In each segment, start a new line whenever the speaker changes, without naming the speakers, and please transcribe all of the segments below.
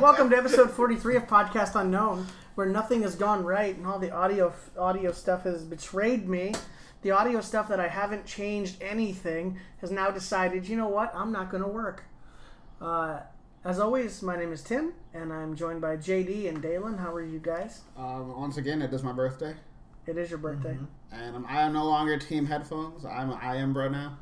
Welcome to episode 43 of Podcast Unknown, where nothing has gone right and all the audio audio stuff has betrayed me. The audio stuff that I haven't changed anything has now decided, you know what, I'm not going to work. Uh, as always, my name is Tim, and I'm joined by JD and Dalen. How are you guys?
Uh, once again, it is my birthday,
It is your birthday.
and I'm, I am no longer team headphones. I'm an I am bro now.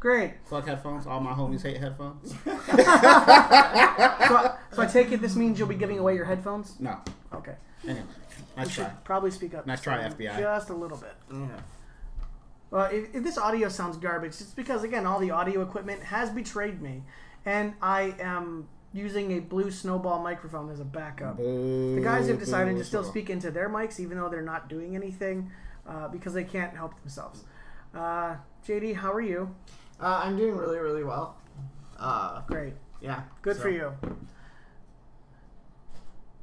Great.
Fuck headphones. All my homies hate headphones.
So I, so I take it this means you'll be giving away your headphones?
No.
Okay.
Anyway,
You
nice
should
try.
probably speak up.
Nice
this
try,
time,
FBI.
Just a little bit.
Yeah.
Well, Uh, if, if this audio sounds garbage, it's because again, all the audio equipment has betrayed me, and I am using a blue snowball microphone as a backup. The guys have decided to still speak into their mics, even though they're not doing anything, uh, because they can't help themselves. Uh, JD, how are you?
Uh, I'm doing really, really well. Uh,
Great,
yeah.
good for
so-
you.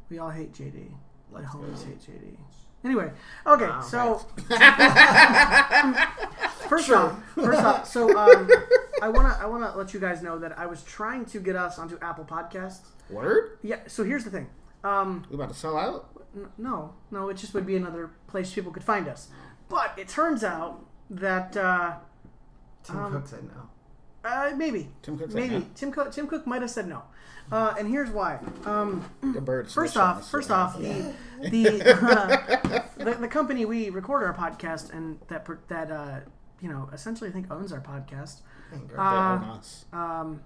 We all hate JD. My
Let's go.
homies hate JD. Anyway, okay,
Wow.
so First off, first off, so um, I wanna I wanna let you guys know that I was trying to get us onto Apple Podcasts.
Word?
Yeah. So here's the thing. Um,
We about to sell out?
n- no, no, it just would be another place people could find us. But it turns out that uh,
Tim
Um,
Cook said no.
uh, maybe
Tim Cook said
maybe
no.
Tim Cook Tim Cook might have said no. Uh, and here's why. Um,
The birds.
First
switched on
off,
us.
first off, the the, uh, the the company we record our podcast and that per- that uh, you know essentially I think owns our podcast
Thank
They
God.
own us.
um,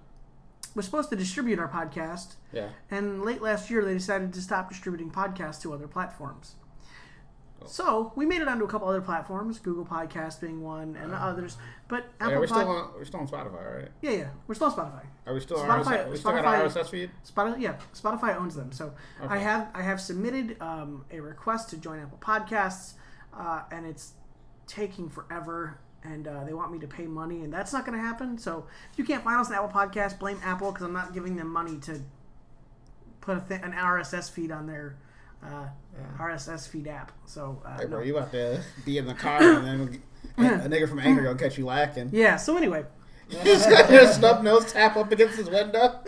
was supposed to distribute our podcast,
yeah.
and late last year they decided to stop distributing podcasts to other platforms.
Oh.
So we made it onto a couple other platforms, Google Podcast being one, and others. But Apple
Hey, Oh. we're
Pod,
still on, we're still on Spotify, right?
yeah, yeah, we're still on Spotify.
Are we still on
Spotify-
RSS? We still got our
Spotify-
RSS feed?
Spotify, yeah, Spotify owns them. So I
Okay.
have I have submitted um, a request to join Apple Podcasts, uh, and it's taking forever. And uh, they want me to pay money, and that's not going to happen. So if you can't find us on Apple Podcasts, blame Apple because I'm not giving them money to put a th- an RSS feed on their uh, RSS feed app. So uh,
Hey,
no.
bro, you about to be in the car and then a nigga from Anger gonna catch you lacking.
yeah. So anyway,
He's got his snub nose tap up against his window.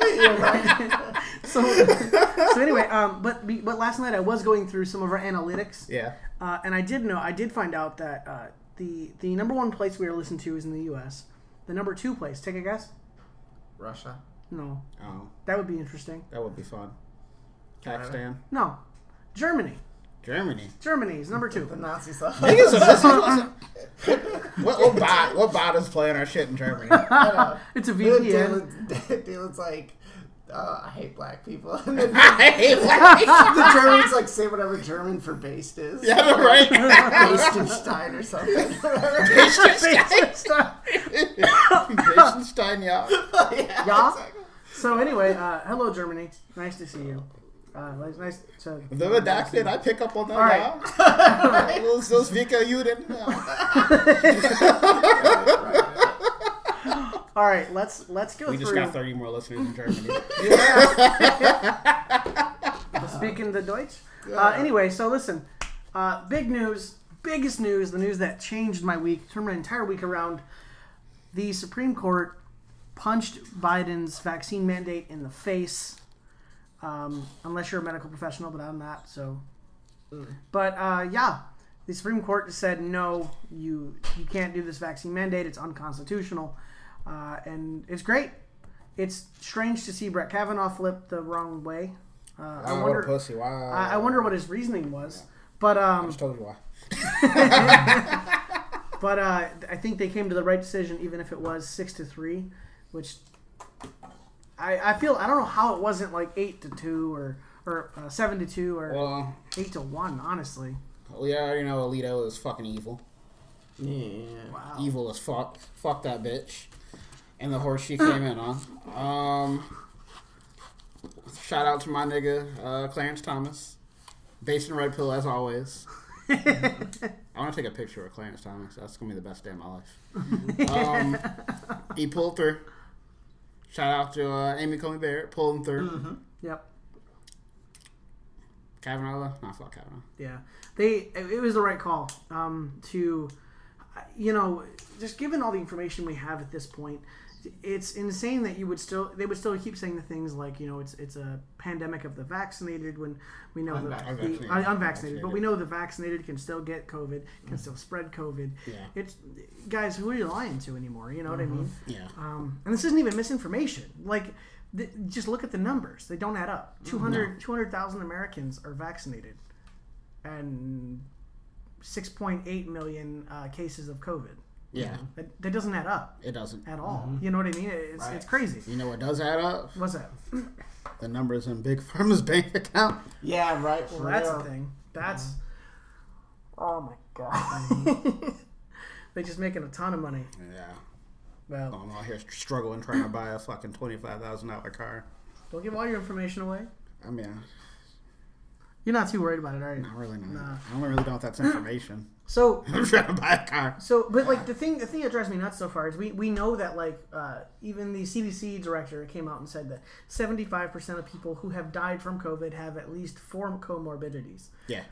so so anyway, um, but be- but last night I was going through some of our analytics.
Yeah.
Uh, and I did know, I did find out that uh, the the number one place we are listened to is in the U.S. The number two place, take a guess.
Russia.
No,
Oh,
that would be interesting.
that would be fun. Pakistan.
No, Germany.
Germany.
Germany is number
The
two.
Nazi stuff.
Niggas is listening. What, what bot? What bot is playing our shit in Germany?
It's a VPN.
Dylan, Dylan's like, uh, I hate black people. And then
I hate white.
the Germans like say whatever German for based is.
Yeah, right.
Based or something.
Liechtenstein. Liechtenstein, y'all.
yeah.
Yeah. So anyway, uh, hello Germany. Nice to see you. Uh, nice- nice to.
The redacted, I pick up on that
right.
now. Those, those Vika Uden. now.
All right, let's let's go
We just
through.
got 30 more listeners in Germany.
Speaking the Deutsch. Uh, anyway, so listen, uh, big news, biggest news, the news that changed my week, turned my entire week around. The Supreme Court punched Biden's vaccine mandate in the face. Um, unless you're a medical professional, but I'm not, so. But uh, yeah, the Supreme Court said no, you you can't do this vaccine mandate. It's unconstitutional, uh, and it's great. It's strange to see Brett Kavanaugh flip the wrong way. Uh, I
Oh, what a
wonder.
pussy. Wow.
I, I wonder what his reasoning was, but um,
just told you why.
but uh, I think they came to the right decision, even if it was six to three, which I, I feel I don't know how it wasn't like eight to two or or uh, seven to two or
Well,
eight to one. Honestly,
we already know Alito is fucking evil.
Yeah.
wow.
evil as fuck. Fuck that bitch. And the horse she came in on. Um, shout out to my nigga uh, Clarence Thomas, based in Red Pill as always. I want to take a picture of Clarence Thomas. That's gonna be the best day of my life. Um, he pulled through. Shout out to uh, Amy Comey Barrett pulling through.
Yep.
Kavanaugh, though? nah, fuck Kavanaugh.
Yeah, they it it was the right call um, to, you know, just given all the information we have at this point, it's insane that you would still they would still keep saying the things like you know it's it's a pandemic of the vaccinated when we know the,
Unvaccinated.
the un- unvaccinated but
Unvaccinated.
we know the vaccinated can still get COVID can still spread COVID.
Mm-hmm. Yeah. Mm-hmm.
It's guys who are you lying to anymore? You know what I mean?
Yeah.
Um, and this isn't even misinformation. Like, th- just look at the numbers; they don't add up.
Mm-hmm.
200 200,000 Americans are vaccinated, and six point eight million uh, cases of COVID.
Yeah.
That, that doesn't add up
It doesn't.
at all. You know what I mean? It's
Mm-hmm. Right.
it's crazy.
You know what does add up?
What's that?
The numbers in Big Pharma's bank account.
Yeah, right. For
Well, that's
real.
the thing. That's oh my
Mm-hmm.
god. They're just making a ton of money.
Yeah.
Well,
I'm out here struggling trying to buy a fucking twenty-five thousand dollar car.
Oh.
don't give all your information away.
I mean,
You're not too worried about it, are you?
not really. Not.
Nah.
I don't really know if that's information.
So
I'm trying to buy a car.
So, but like the thing, the thing that drives me nuts so far is we, we know that like uh, even the CDC director came out and said that seventy five percent of people who have died from COVID have at least four comorbidities.
Yeah.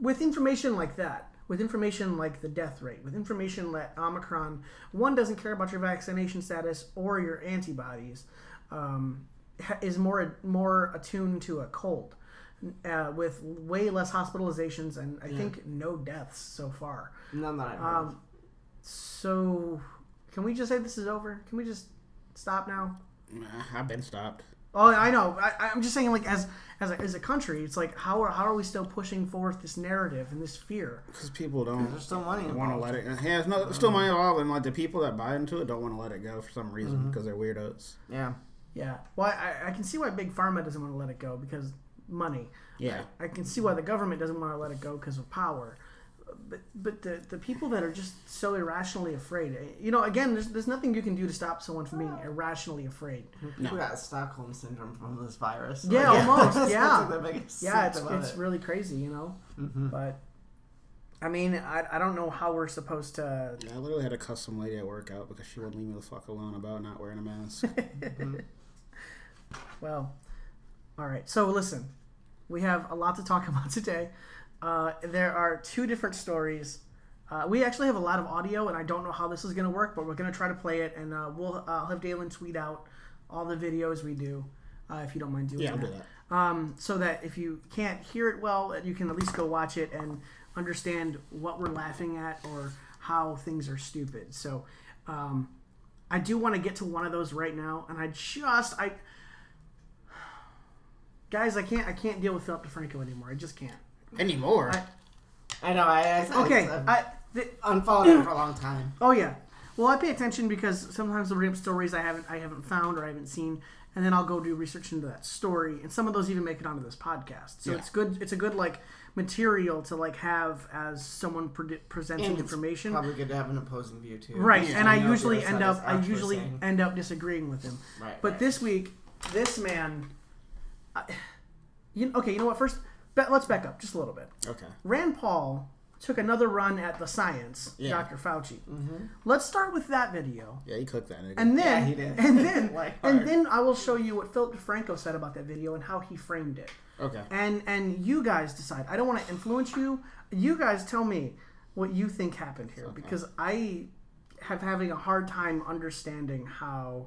With information like that, with information like the death rate, with information like Omicron, one doesn't care about your vaccination status or your antibodies. Um, ha- is more more attuned to a cold, uh, with way less hospitalizations and I think no deaths so far.
None that I've heard.
Um, so, can we just say this is over? Can we just stop now?
Nah, I've been stopped.
Oh, I know. I, I'm just saying, like, as as a, as a country, it's like how are how are we still pushing forth this narrative and this fear?
Because people don't
There's still money
want to
involved.
let it. Yeah, it's no, it's still
Um,
money involved, and like the people that buy into it don't want to let it go for some
Mm-hmm.
reason because they're weirdos.
Yeah.
Yeah. Well, I, I can see why big pharma doesn't want to let it go because money.
Yeah,
I can see why the government doesn't want to let it go because of power. But, but the, the people that are just so irrationally afraid, eh, you know, again, there's, there's nothing you can do to stop someone from being irrationally afraid.
People got Stockholm syndrome from this virus.
Yeah, almost,
that's
yeah.
like the biggest
yeah, it's,
symptom of
it's
it.
really crazy, you know.
Mm-hmm.
But I mean, I, I don't know how we're supposed to.
I literally had a custom lady at work out because she wouldn't leave me the fuck alone about not wearing a mask.
Well, all right. So listen, we have a lot to talk about today. Uh, there are two different stories. Uh, we actually have a lot of audio, and I don't know how this is going to work, but we're going to try to play it, and uh, we'll uh, I'll have Dalen tweet out all the videos we do, uh, if you don't mind doing
yeah, I'll
that.
do that.
um, so that if you can't hear it well, you can at least go watch it and understand what we're laughing at or how things are stupid. So um, I do want to get to one of those right now, and I just I guys, I can't I can't deal with Philip DeFranco anymore. I just can't.
Anymore.
I know. I, I,
Okay,
I've
I. Th-
unfollowed him for a long time.
Oh yeah. Well, I pay attention because sometimes they'll bring up stories I haven't I haven't found or I haven't seen, and then I'll go do research into that story, and some of those even make it onto this podcast. So
Yeah.
it's good. It's a good like material to like have as someone pre- presenting
And it's
information.
Probably good to have an opposing view too.
Right,
So
and
you
I
know if
usually
your side
end
is
up I
actually
usually
saying-
end up disagreeing with him.
Right,
But
right.
this week, this man, I, you okay? You know what? First, be, let's back up just a little bit.
Okay.
Rand Paul took another run at the science,
Yeah.
Dr. Fauci. Let's start with that video.
Yeah, you cooked that nigga.
And then,
Mm-hmm. Yeah, he did.
and then,
Like
and
hard.
then I will show you what Philip DeFranco said about that video and how he framed it.
okay.
And and you guys decide. I don't want to influence you. You guys tell me what you think happened here because I have having a hard time understanding how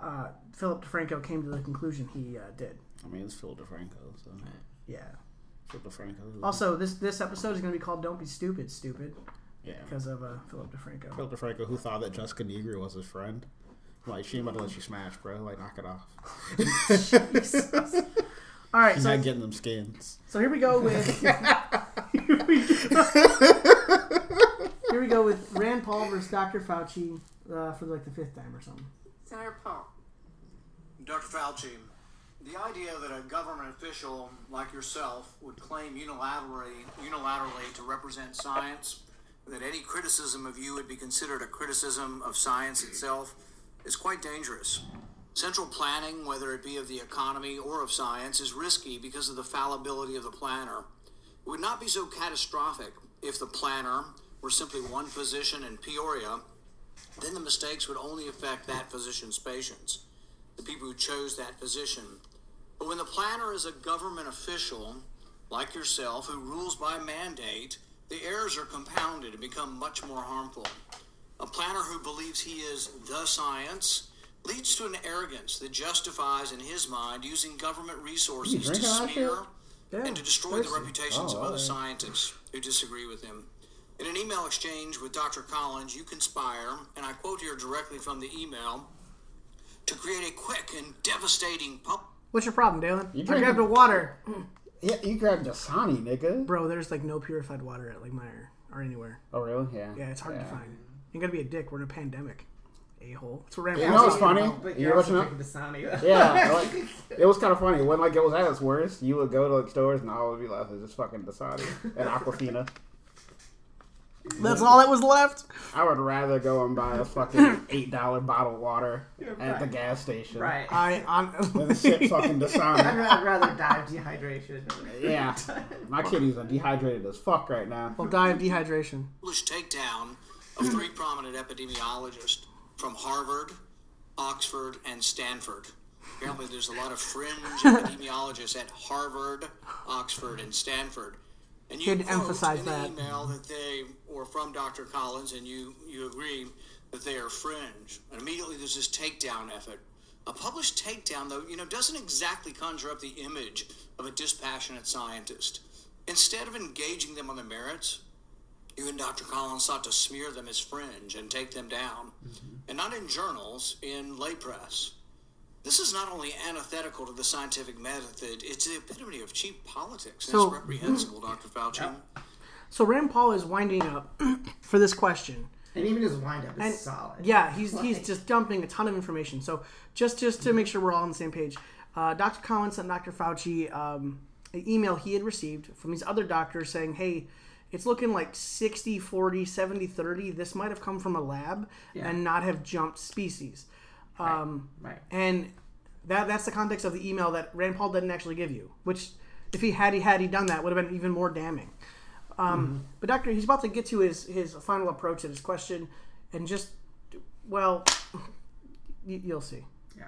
uh, Philip DeFranco came to the conclusion he uh, did.
I mean, it's Phil DeFranco. So.
Yeah.
Phil DeFranco.
Also, this this episode is going to be called "Don't Be Stupid, Stupid"
yeah.
because of uh, Philip DeFranco.
Phil DeFranco, who thought that Jessica Negri was his friend. Like, she ain't about to let you smash, bro. Like, knock it off.
All right,
He's
so
not getting them skins.
So here we go with. here, we go. Here we go with Rand Paul versus Dr. Fauci uh, for like the fifth time or something.
Senator Paul.
Dr. Fauci, the idea that a government official like yourself would claim unilaterally, unilaterally to represent science, that any criticism of you would be considered a criticism of science itself, is quite dangerous. Central planning, whether it be of the economy or of science, is risky because of the fallibility of the planner. It would not be so catastrophic if the planner were simply one physician in Peoria, then the mistakes would only affect that physician's patients the people who chose that position. But when the planner is a government official, like yourself, who rules by mandate, the errors are compounded and become much more harmful. A planner who believes he is the science leads to an arrogance that justifies, in his mind, using government resources to
drinking that
smear
shit?
Yeah,
and to destroy the
thirsty.
reputations
Oh,
of other
alright.
scientists who disagree with him. In an email exchange with Dr. Collins, you conspire, and I quote here directly from the email, to create a quick and devastating pub-
What's your problem, Dalen?
You
I
drinking-
grabbed a water.
Yeah, you grabbed Dasani, nigga.
Bro, there's like no purified water at Lake Meyer or anywhere.
Oh, really? Yeah.
Yeah, it's hard to find. Ain't gotta be a dick. We're in a pandemic. A hole. It's random.
You know what's
it's
funny?
But
You
you're
watching
also
that?
drinking Dasani.
Yeah, like, it was kind of funny. When like it was at its worst, you would go to like stores and all would be left is just fucking Dasani and Aquafina.
That's all that was left.
I would rather go and buy a fucking eight dollar bottle of water
You're
at the
right.
gas station
Right.
I
than shit
on.
fucking
I'd
Dasani.
ra- I'd rather die of dehydration.
yeah, my kitties are dehydrated as fuck right now.
I'll die of dehydration.
published takedown of three
Hmm.
prominent epidemiologists from Harvard, Oxford, and Stanford. Apparently, there's a lot of fringe epidemiologists at Harvard, Oxford, and Stanford. And you
Should
quote
emphasize
in
that.
The email that they were from Dr. Collins, and you you agree that they are fringe. And immediately, there's this takedown effort. A published takedown, though, you know, doesn't exactly conjure up the image of a dispassionate scientist. Instead of engaging them on their merits, you and Dr. Collins sought to smear them as fringe and take them down, and not in journals, in lay press. This is not only antithetical to the scientific method, it's the epitome of cheap politics. and
So-
it's reprehensible, Dr. Fauci.
So Rand Paul is winding up for this question.
And even his windup is
And-
solid.
Yeah, he's he's just dumping a ton of information. So just just to make sure we're all on the same page, uh, Dr. Collins sent Dr. Fauci um, an email he had received from these other doctors saying, "Hey, it's looking like 60, 40, 70, 30. This might have come from a lab and not have jumped species."
Right.
And that that's the context of the email that Rand Paul didn't actually give you, which if he had he had he done that would have been even more damning. Um, But Doctor, he's about to get to his his final approach at his question, and just well, y- you'll see.
Yeah.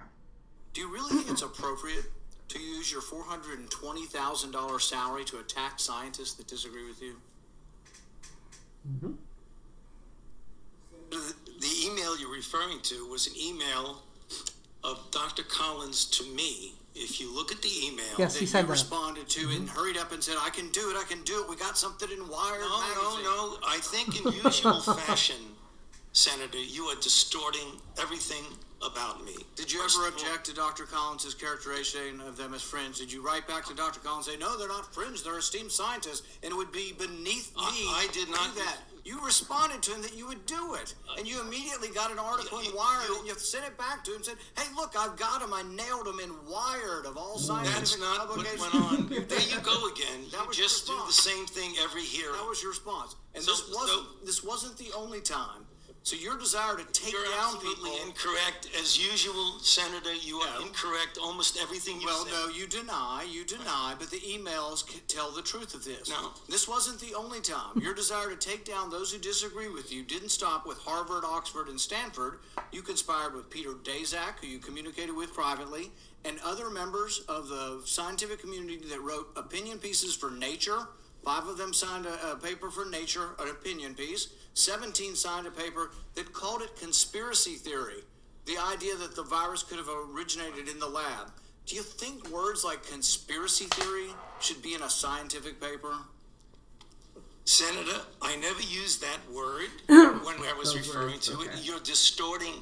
Do you really think it's appropriate to use your $420,000 salary to attack scientists that disagree with you?
Mm-hmm.
The, the email you're referring to was an email of Dr. Collins to me. If you look at the email
Yes,
that
he said that.
you
Mm-hmm.
responded to and hurried up and said, I can do it, I can do it, we got something in Wired No, no, no. I think in usual fashion, Senator, you are distorting everything about me. Did you ever object to Dr. Collins's characterization of them as friends? Did you write back to Dr. Collins and say, no, they're not friends, they're esteemed scientists, and it would be beneath me I, did not do that. You responded to him that you would do it, and you immediately got an article in Wired, and you sent it back to him and said, hey, look, I've got him, I nailed him in Wired of all scientific
That's not what
publications.
went on. There you go again.
That
You
was
just do
your
the
response.
same thing every year.
That was your response, and
So-
this wasn't
so-
this wasn't the only time. So your desire to take
You're
down
absolutely
people.
incorrect. As usual, Senator, you are incorrect almost everything you
well,
said.
no, you deny, you deny, but the emails c- tell the truth of this.
No.
this wasn't the only time. Your desire to take down those who disagree with you didn't stop with Harvard, Oxford, and Stanford. You conspired with Peter Daszak, who you communicated with privately, and other members of the scientific community that wrote opinion pieces for Nature. Five of them signed a, a paper for Nature, an opinion piece. Seventeen signed a paper that called it conspiracy theory. The idea that the virus could have originated in the lab. Do you think words like conspiracy theory should be in a scientific paper?
Senator, I never used that word when I was referring
words,
to
okay.
it. You're distorting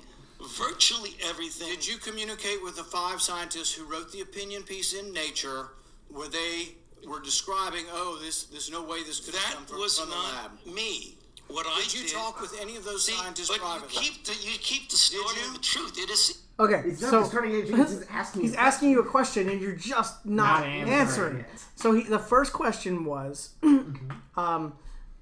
virtually everything.
Did you communicate with the five scientists who wrote the opinion piece in Nature where they were describing, oh, this, there's no way this could have
that
come from,
was
from
not
the lab?
me. What I
Did you talk with any of those
See,
scientists
but
privately?
you keep the, you keep distorting
you?
the truth. It is
Okay,
He's not
so
distorting it, he's just asking
he's
you a
asking you a question, and you're just not,
Not answering
answering.
it.
So he, the first question was,
Mm-hmm.
um,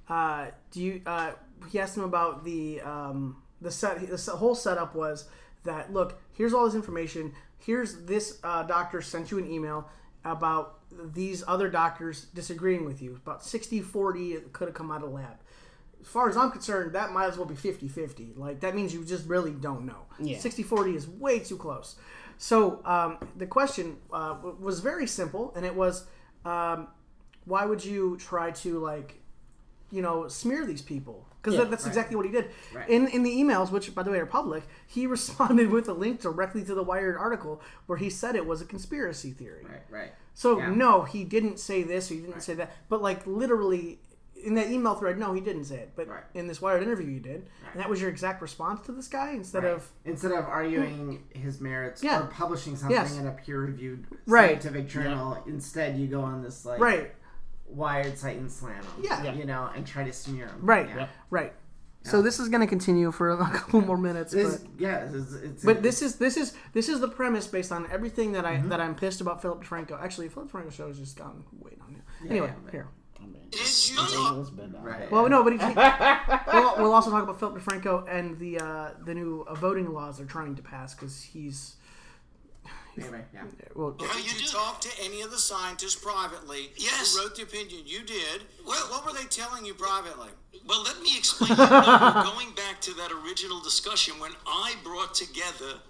uh, do you? Uh, he asked him about the um, the set. The se- whole setup was that look. Here's all this information. Here's this uh, doctor sent you an email about these other doctors disagreeing with you about 60 40 it could have come out of lab as far as i'm concerned that might as well be 50 50 like that means you just really don't know 60 40 is way too close so um, the question uh, w- was very simple and it was um, why would you try to like you know, smear these people because
Yeah,
that's
right.
exactly what he did.
Right.
In in the emails, which by the way are public, he responded with a link directly to the Wired article where he said it was a conspiracy theory.
Right, right.
So
Yeah.
no, he didn't say this or he didn't say that. But like literally in that email thread, no, he didn't say it. But
Right.
in this Wired interview, you did,
Right.
and that was your exact response to this guy instead
Right.
of
Instead of arguing his merits
Yeah.
or publishing something
Yes.
in a peer-reviewed
Right.
scientific journal, instead you go on this like
right,
Wired site and slam him.
Yeah. Yeah.
you know, and try to smear him.
right,
Yeah.
right. So this is going to continue for a couple more minutes.
This,
but...
yeah, it's, it's,
But this is this is this is the premise based on everything that
Mm-hmm.
I that I'm pissed about Philip DeFranco. Actually, Philip DeFranco's show has just gone way down here. anyway, here.
It is usually
It's been done.
Right.
Well, no, but he, we'll, we'll also talk about Philip DeFranco and the uh, the new uh, voting laws they're trying to pass because he's
anyway, yeah.
well.
how you
Did you
do.
talk to any of the scientists privately?
Yes.
Who wrote the opinion? You did. What, what were they telling you privately?
Well, let me explain. No, going back to that original discussion when I brought together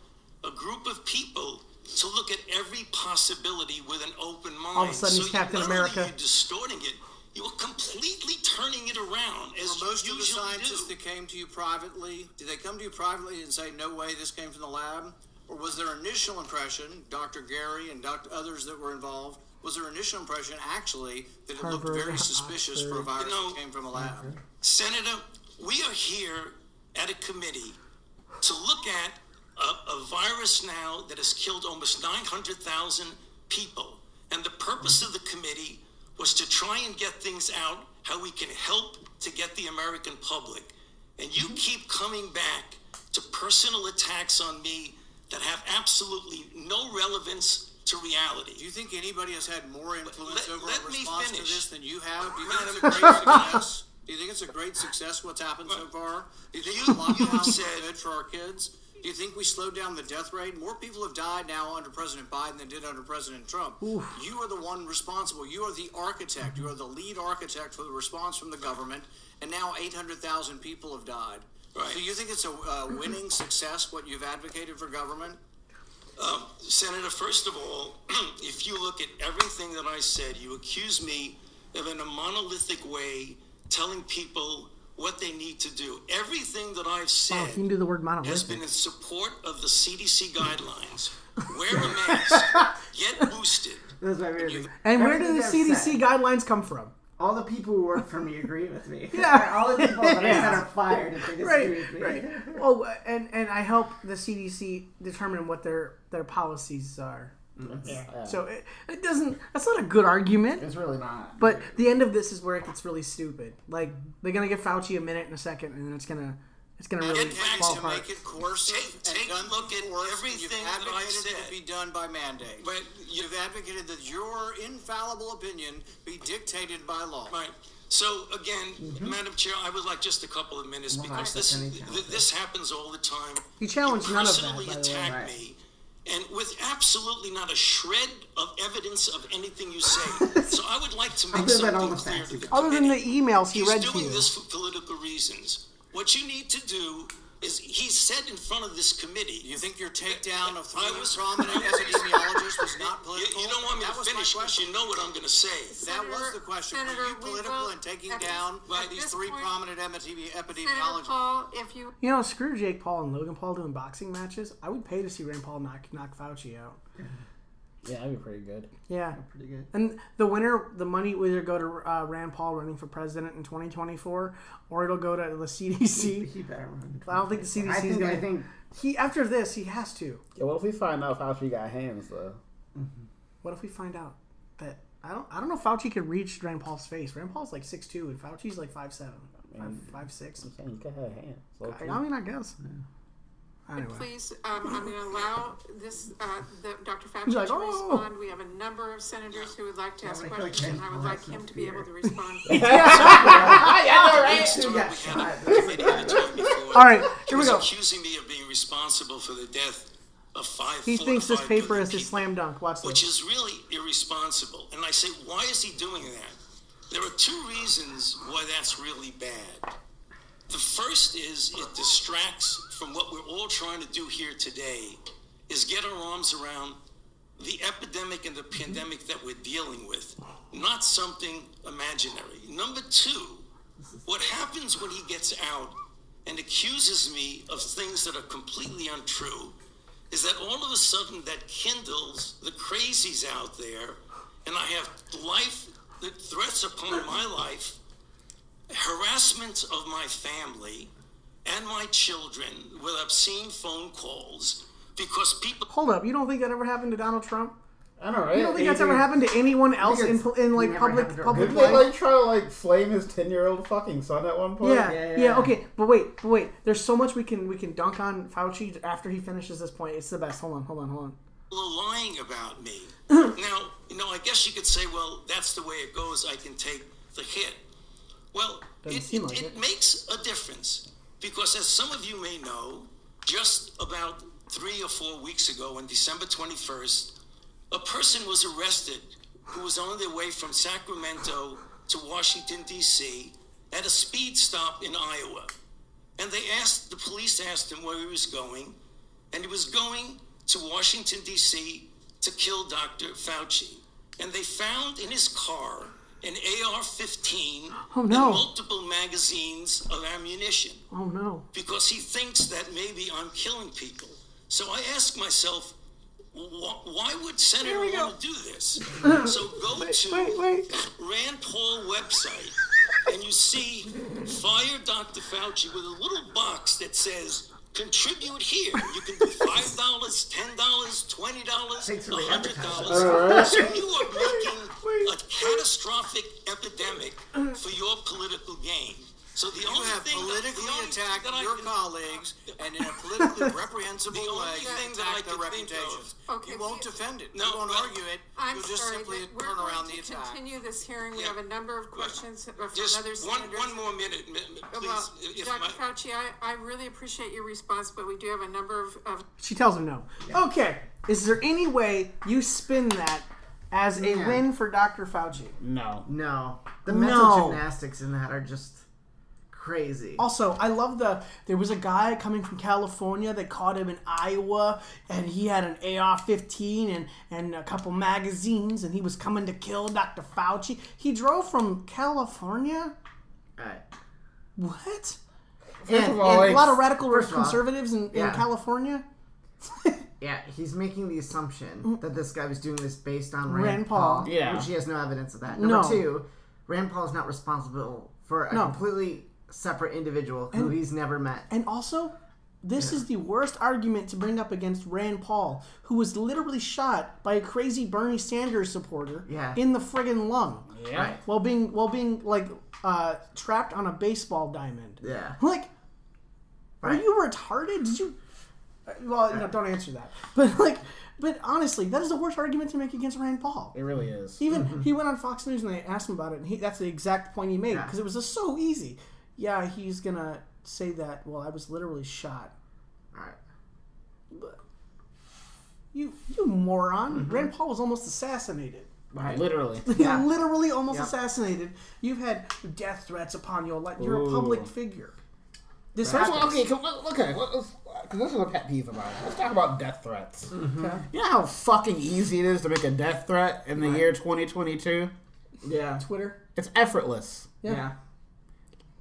a group of people to look at every possibility with an open mind.
All of a sudden
so
he's Captain
you, not only
America.
You're distorting it. You're completely turning it around as
Were most
you
of the
usually
scientists
do.
that came to you privately, did they come to you privately and say, no way, this came from the lab? Or was their initial impression, Dr. Gary and Dr. others that were involved, was their initial impression actually that it
Harvard,
looked very suspicious for a
Oxford.
virus
No.
that came from a lab?
Senator, we are here at a committee to look at a, a virus now that has killed almost 900,000 people. And the purpose of the committee was to try and get things out how we can help to get the American public. And you keep coming back to personal attacks on me that have absolutely no relevance to reality.
Do you think anybody has had more influence
Let-
over
let
a
me
response to
finish.
this than you have? Do you think it's a great success? Do you think it's a great success what's happened so far? Do you think the lockdown is
said-
good for our kids? Do you think we slowed down the death rate? More people have died now under President Biden than did under President Trump. You are the one responsible. You are the architect. You are the lead architect for the response from the government, and now 800,000 people have died.
Right.
So you think it's a uh, winning success what you've advocated for government?
Senator, first of all, if you look at everything that I said, you accuse me of in a monolithic way telling people what they need to do. Everything that I've
Wow,
said
he can do the word
has
monolithic.
been in support of the CDC guidelines. Wear a mask, get boosted.
This is my weird thing.
And where do
Everything
the
I've
CDC
said,
guidelines come from?
All the people who work for me agree with me.
Yeah.
all the people that I said are fired if they disagree with me.
Oh, and and I help the CDC determine what their their policies are. So it, it doesn't. That's not a good argument.
It's really not.
But the end of this is where it gets really stupid. Like they're gonna give Fauci a minute and a second, and then it's gonna it's gonna really
Get back
fall
to
apart.
make it coercive
Take-
and
take a
done
look at
before us, and you've
everything that I've
advocated it
said.
be done by mandate.
But you-
you've advocated that your infallible opinion be dictated by law.
Right. So again,
Mm-hmm.
Madam Chair, I would like just a couple of minutes because this
that's any
th- this happens all the time.
He challenged
You
none of that,
personally
by the way.
attack
Right.
me, and with absolutely not a shred of evidence of anything you say. so I would like to make
Other than all the
something clear
facts
to
you
the
got.
Other than the
committee.
emails he
He's
read to
doing
you,
this for political reasons. What you need to do is he said in front of this committee.
You think your takedown of three
I was-
prominent epidemiologists was not
You,
political?
you don't want me
that
to
was
finish
my
because
question.
you know what I'm going to say.
That was
Senator-
the question.
Senator,
Were you
we
political
will-
in taking
at this-
down
at
these
this
three
point-
prominent epidemi-
Senator
epidemiologists?
Paul, if you
you know, screw Jake Paul and Logan Paul doing boxing matches. I would pay to see Rand Paul knock knock Fauci out.
Yeah, that'd be pretty good.
Yeah.
Pretty good.
And the winner, the money will either go to uh, Rand Paul running for president in 2024, or it'll go to the CDC.
He better run.
I don't think the CDC
I
is
think,
going
I
to.
think
He after this, he has to.
Yeah, what if we find out Fauci got hands though?
What if we find out that I don't? I don't know. if Fauci could reach Rand Paul's face. Rand Paul's like six two, and Fauci's like five seven, five five six.
Yeah, he could have hands. So
I mean, I guess. Anyway,
please, um, I'm going to allow this, uh, the, Dr. Fauci
He's like,
to
"Oh."
respond. We have a number of senators who would like to ask
I feel like
questions, and
James
I would
Paul
like
has
him
no
to be
fear.
able to respond.
Next time we had a committee that told me for it.
all right,
He
here we
was
go.
accusing me of being responsible for the death of five.
He
four
thinks
to
this
five
paper
billion
is his
people,
slam dunk. Watch
which
this.
is really irresponsible. And I say, why is he doing that? There are two reasons why that's really bad. The first is it distracts from what we're all trying to do here today, is get our arms around the epidemic and the pandemic that we're dealing with, not something imaginary. Number two, What happens when he gets out and accuses me of things that are completely untrue is that all of a sudden that kindles the crazies out there, and I have life that threats upon my life, harassment of my family and my children with obscene phone calls because people
Hold up, you don't think that ever happened to Donald Trump?
I don't know.
You don't think that's ever happened to anyone else in,
it's
pol- in like
never
public
happened to
public
Didn't
life?
they like try to like flame his ten year old fucking son at one point?
Yeah,
Yeah,
yeah,
yeah,
yeah.
yeah.
Okay, but wait, but wait. There's so much we can we can dunk on Fauci after he finishes this point. It's the best. Hold on, hold on, hold on.
are lying about me. now, you know, I guess you could say, well, that's the way it goes. I can take the hit. Well,
Doesn't
it,
seem
it,
like
it
it.
makes a difference because, as some of you may know, just about three or four weeks ago, on December 21st, a person was arrested who was on their way from Sacramento to Washington, D.C. at a speed stop in Iowa. And they asked, the police asked him where he was going, and he was going to Washington, D.C. to kill Dr. Fauci. And they found in his car an AR 15
Oh, no.
and multiple magazines of ammunition
Oh no.
because he thinks that maybe I'm killing people. So I ask myself, wh- why would Senator
we go.
want to do this? so go to
Wait, wait.
Rand Paul website and you see fire Dr. Fauci with a little box that says contribute here. You can do five dollars, ten dollars, twenty dollars, a hundred dollars. So you are making a catastrophic epidemic for your political gain. So the
You
only
have
thing that- the
politically
only thing
attacked
that I
your
can-
colleagues and in a politically reprehensible
The only
way
thing that I
attack their
can think
reputations.
of- Okay,
you won't
we-
defend it.
No,
you won't
but-
argue it.
I'm
You'll just
sorry,
simply
but we're
turn around the
going to
attack.
continue this hearing. We
Yeah.
have a number of
Right.
questions from
Just
other
one,
senators.
one more minute, m- m-
Uh,
please.
Well,
if
Dr.
my-
Fauci, I, I really appreciate your response, but we do have a number of, of
She tells him no. Okay. Is there any way you spin that as a
Yeah.
win for Dr. Fauci?
No.
No, the
No.
mental gymnastics in that are just crazy.
Also, I love the there was a guy coming from California that caught him in Iowa, and he had an AR-15 and and a couple magazines, and he was coming to kill Dr. Fauci. He drove from California.
Alright.
What?
First
And-
of all,
and
a
like,
lot of radical
First of all,
conservatives in,
yeah.
in California.
Yeah, he's making the assumption that this guy was doing this based on Rand,
Mm. Rand Paul.
Paul.
Yeah.
Which he has no evidence of that. Number
No.
two, Rand Paul is not responsible for a
No.
completely separate individual who he's never met.
And also, this is the worst argument to bring up against Rand Paul, who was literally shot by a crazy Bernie Sanders supporter
Yeah.
in the friggin' lung
yeah.
while being while being like uh, trapped on a baseball diamond.
Yeah.
Like, are
Right.
you retarded? Did you? uh, Well, no, don't answer that. But like, but honestly, that is the worst argument to make against Rand Paul.
It really is.
Even
Mm-hmm.
he went on Fox News and they asked him about it, and he, that's the exact point he made because it was just so easy. Yeah, he's gonna say that. Well, I was literally shot.
Alright.
You, you moron! Rand Paul was almost assassinated.
Literally.
Mm-hmm. Yeah.
literally almost assassinated. You've had death threats upon your life. You're a public
Ooh.
figure. This
First of all,
happens.
okay, come- look- okay, because this is a pet peeve of mine. Let's talk about death threats.
Mm-hmm.
You know how fucking easy it is to make a death threat in the year 2022?
Yeah.
Twitter.
It's effortless.
Yeah.
Yeah.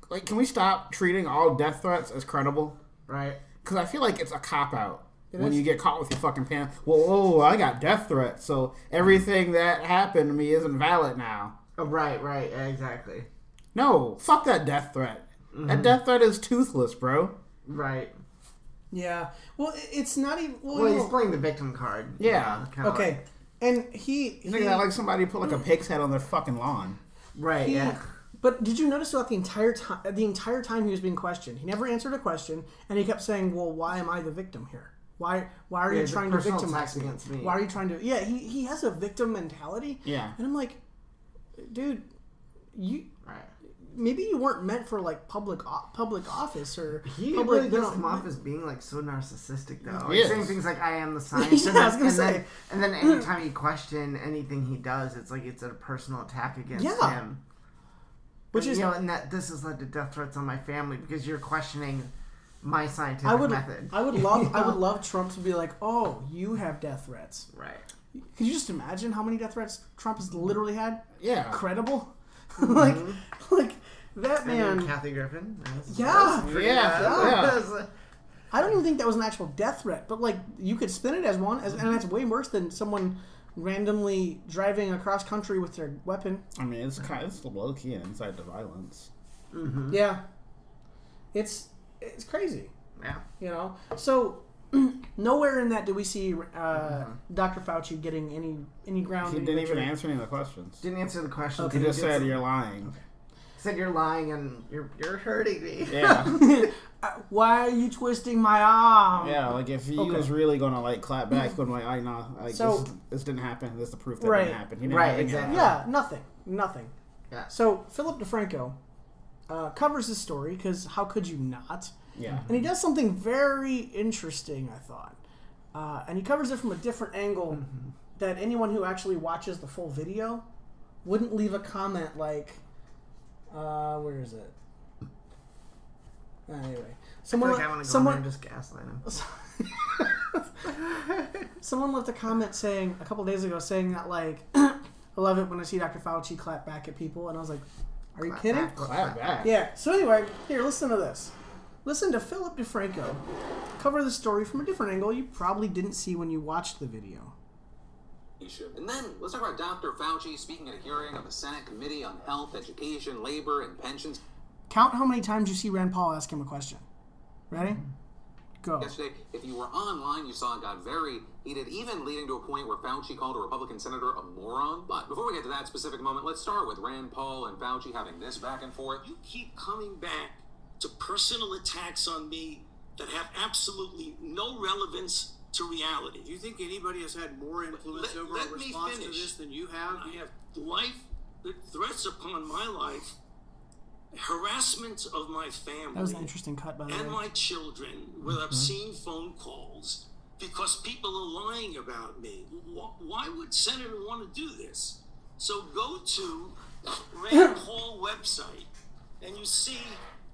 Like, can we stop treating all death threats as credible?
Right.
Because I feel like it's a cop out when
is.
you get caught with your fucking pants. Well, oh, I got death threats, so everything that happened to me isn't valid now.
Oh, right, right, yeah, exactly.
No, fuck that death threat.
Mm-hmm.
That death threat is toothless, bro.
Right.
Yeah. Well, it- it's not even. Well,
Well,
no.
he's playing the victim card.
Yeah.
kinda
okay.
like-
And he.
You think
he-
that like somebody put like a pig's head on their fucking lawn?
right,
He-
yeah.
But did you notice throughout the entire time, the entire time he was being questioned, he never answered a question, and he kept saying, "Well, why am I the victim here? Why, why are
Yeah,
you
it's a
trying to
personal
victimize
attack
me?
against me.
Why are you trying to?" Yeah, he, he has a victim mentality.
Yeah.
and I'm like, dude, you
Right.
maybe you weren't meant for like public o- public office or
He
public.
really
you
does
know,
come off as being like so narcissistic, though.
He
Like, saying
is.
things like "I am the science,"
Yeah,
and, then,
I was gonna
and then-
say.
and then anytime you question anything he does, it's like it's a personal attack against
Yeah.
him.
which is
you know, and that this has led to death threats on my family because you're questioning my scientific
I would
method.
I would love I would love Trump to be like, "Oh, you have death threats."
right.
Could you just imagine how many death threats Trump has literally had?
Yeah.
Credible. like, like That
And
man.
Kathy Griffin. That's-
Yeah.
that's pretty
Yeah,
bad.
I don't even think that was an actual death threat, but like you could spin it as one, as, and that's way worse than someone randomly driving across country with their weapon.
I mean, it's kind it's low key and inside the violence. Mm-hmm.
Yeah, it's it's crazy,
Yeah.
you know. So nowhere in that do we see uh, Dr. Fauci getting any any ground.
Mm-hmm. He didn't even
victory.
answer any of the questions.
Didn't answer the question.
He just said
you
you're lying.
said you're lying and you're you're hurting me.
Yeah,
Uh, Why are you twisting my arm?
yeah. Like if he was really gonna like clap back, when like, I nah, like
So-
this, this didn't happen. This is the proof that
Right.
didn't happen. He didn't
Right,
have any of
exactly.
that.
Yeah, nothing, nothing.
Yeah.
So Philip DeFranco uh, covers this story because how could you not?
Yeah.
And he does something very interesting, I thought. Uh, and he covers it from a different angle
Mm-hmm.
that anyone who actually watches the full video wouldn't leave a comment like, uh, where is it? Anyway,
I feel
someone
like I want to go
someone
in there and just gaslight him.
someone left a comment saying a couple days ago saying that like, I love it when I see Dr. Fauci clap back at people, and I was like, are you kidding?
Clap back.
Yeah. So anyway, here, listen to this. Listen to Philip DeFranco cover the story from a different angle you probably didn't see when you watched the video.
And then let's talk about Dr. Fauci speaking at a hearing of the Senate Committee on Health, Education, Labor, and Pensions
Count how many times you see Rand Paul ask him a question. Ready?
Mm-hmm.
Go.
yesterday. If you were online, you saw it got very heated, even leading to a point where Fauci called a Republican senator a moron. But before we get to that specific moment, let's start with Rand Paul and Fauci having this back and forth.
You keep coming back to personal attacks on me that have absolutely no relevance to reality.
Do you think anybody has had more influence
Let-
over
let
a
me
response to
finish.
this than you have?
I have life th- threats upon my life, harassment of my family,
That was an interesting Mm-hmm. cut, by the
and
way.
my children with obscene phone calls because people are lying about me. Wh- Why would Senator want to do this? So go to Rand Paul website and you see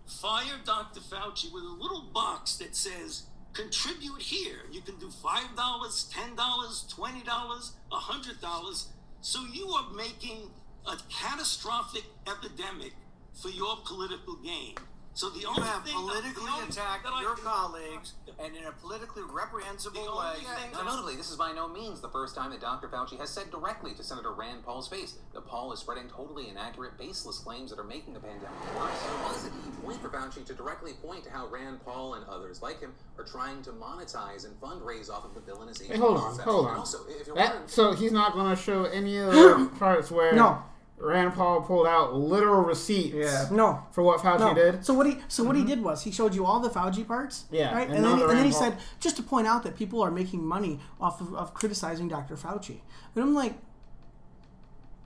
fire Dr. Fauci with a little box that says contribute here. You can do five dollars, ten dollars, twenty dollars, a hundred dollars. So you are making a catastrophic epidemic for your political gain. So the
You
only
have
thing that-
politically
the only
attacked
that I
your
can-
colleagues and in a politically reprehensible
The
way.
only thing
Now,
that-
notably, this is by no means the first time that Dr. Fauci has said directly to Senator Rand Paul's face that Paul is spreading totally inaccurate, baseless claims that are making the pandemic worse. It was a key point for Fauci to directly point to how Rand Paul and others like him are trying to monetize and fundraise off of the villainization.
Hey, hold on,
concept.
hold
And
on.
Also, if you're wondering-
That, so he's not going to show any of the parts where
No.
Rand Paul pulled out literal receipts
Yeah.
No.
for what Fauci
No.
did. Mm-hmm.
So what he so what he did was he showed you all the Fauci parts,
Yeah,
right? And,
and
then,
none of the
and then he
Rand
said
Paul.
just to point out that people are making money off of, of criticizing Dr. Fauci, and I'm like,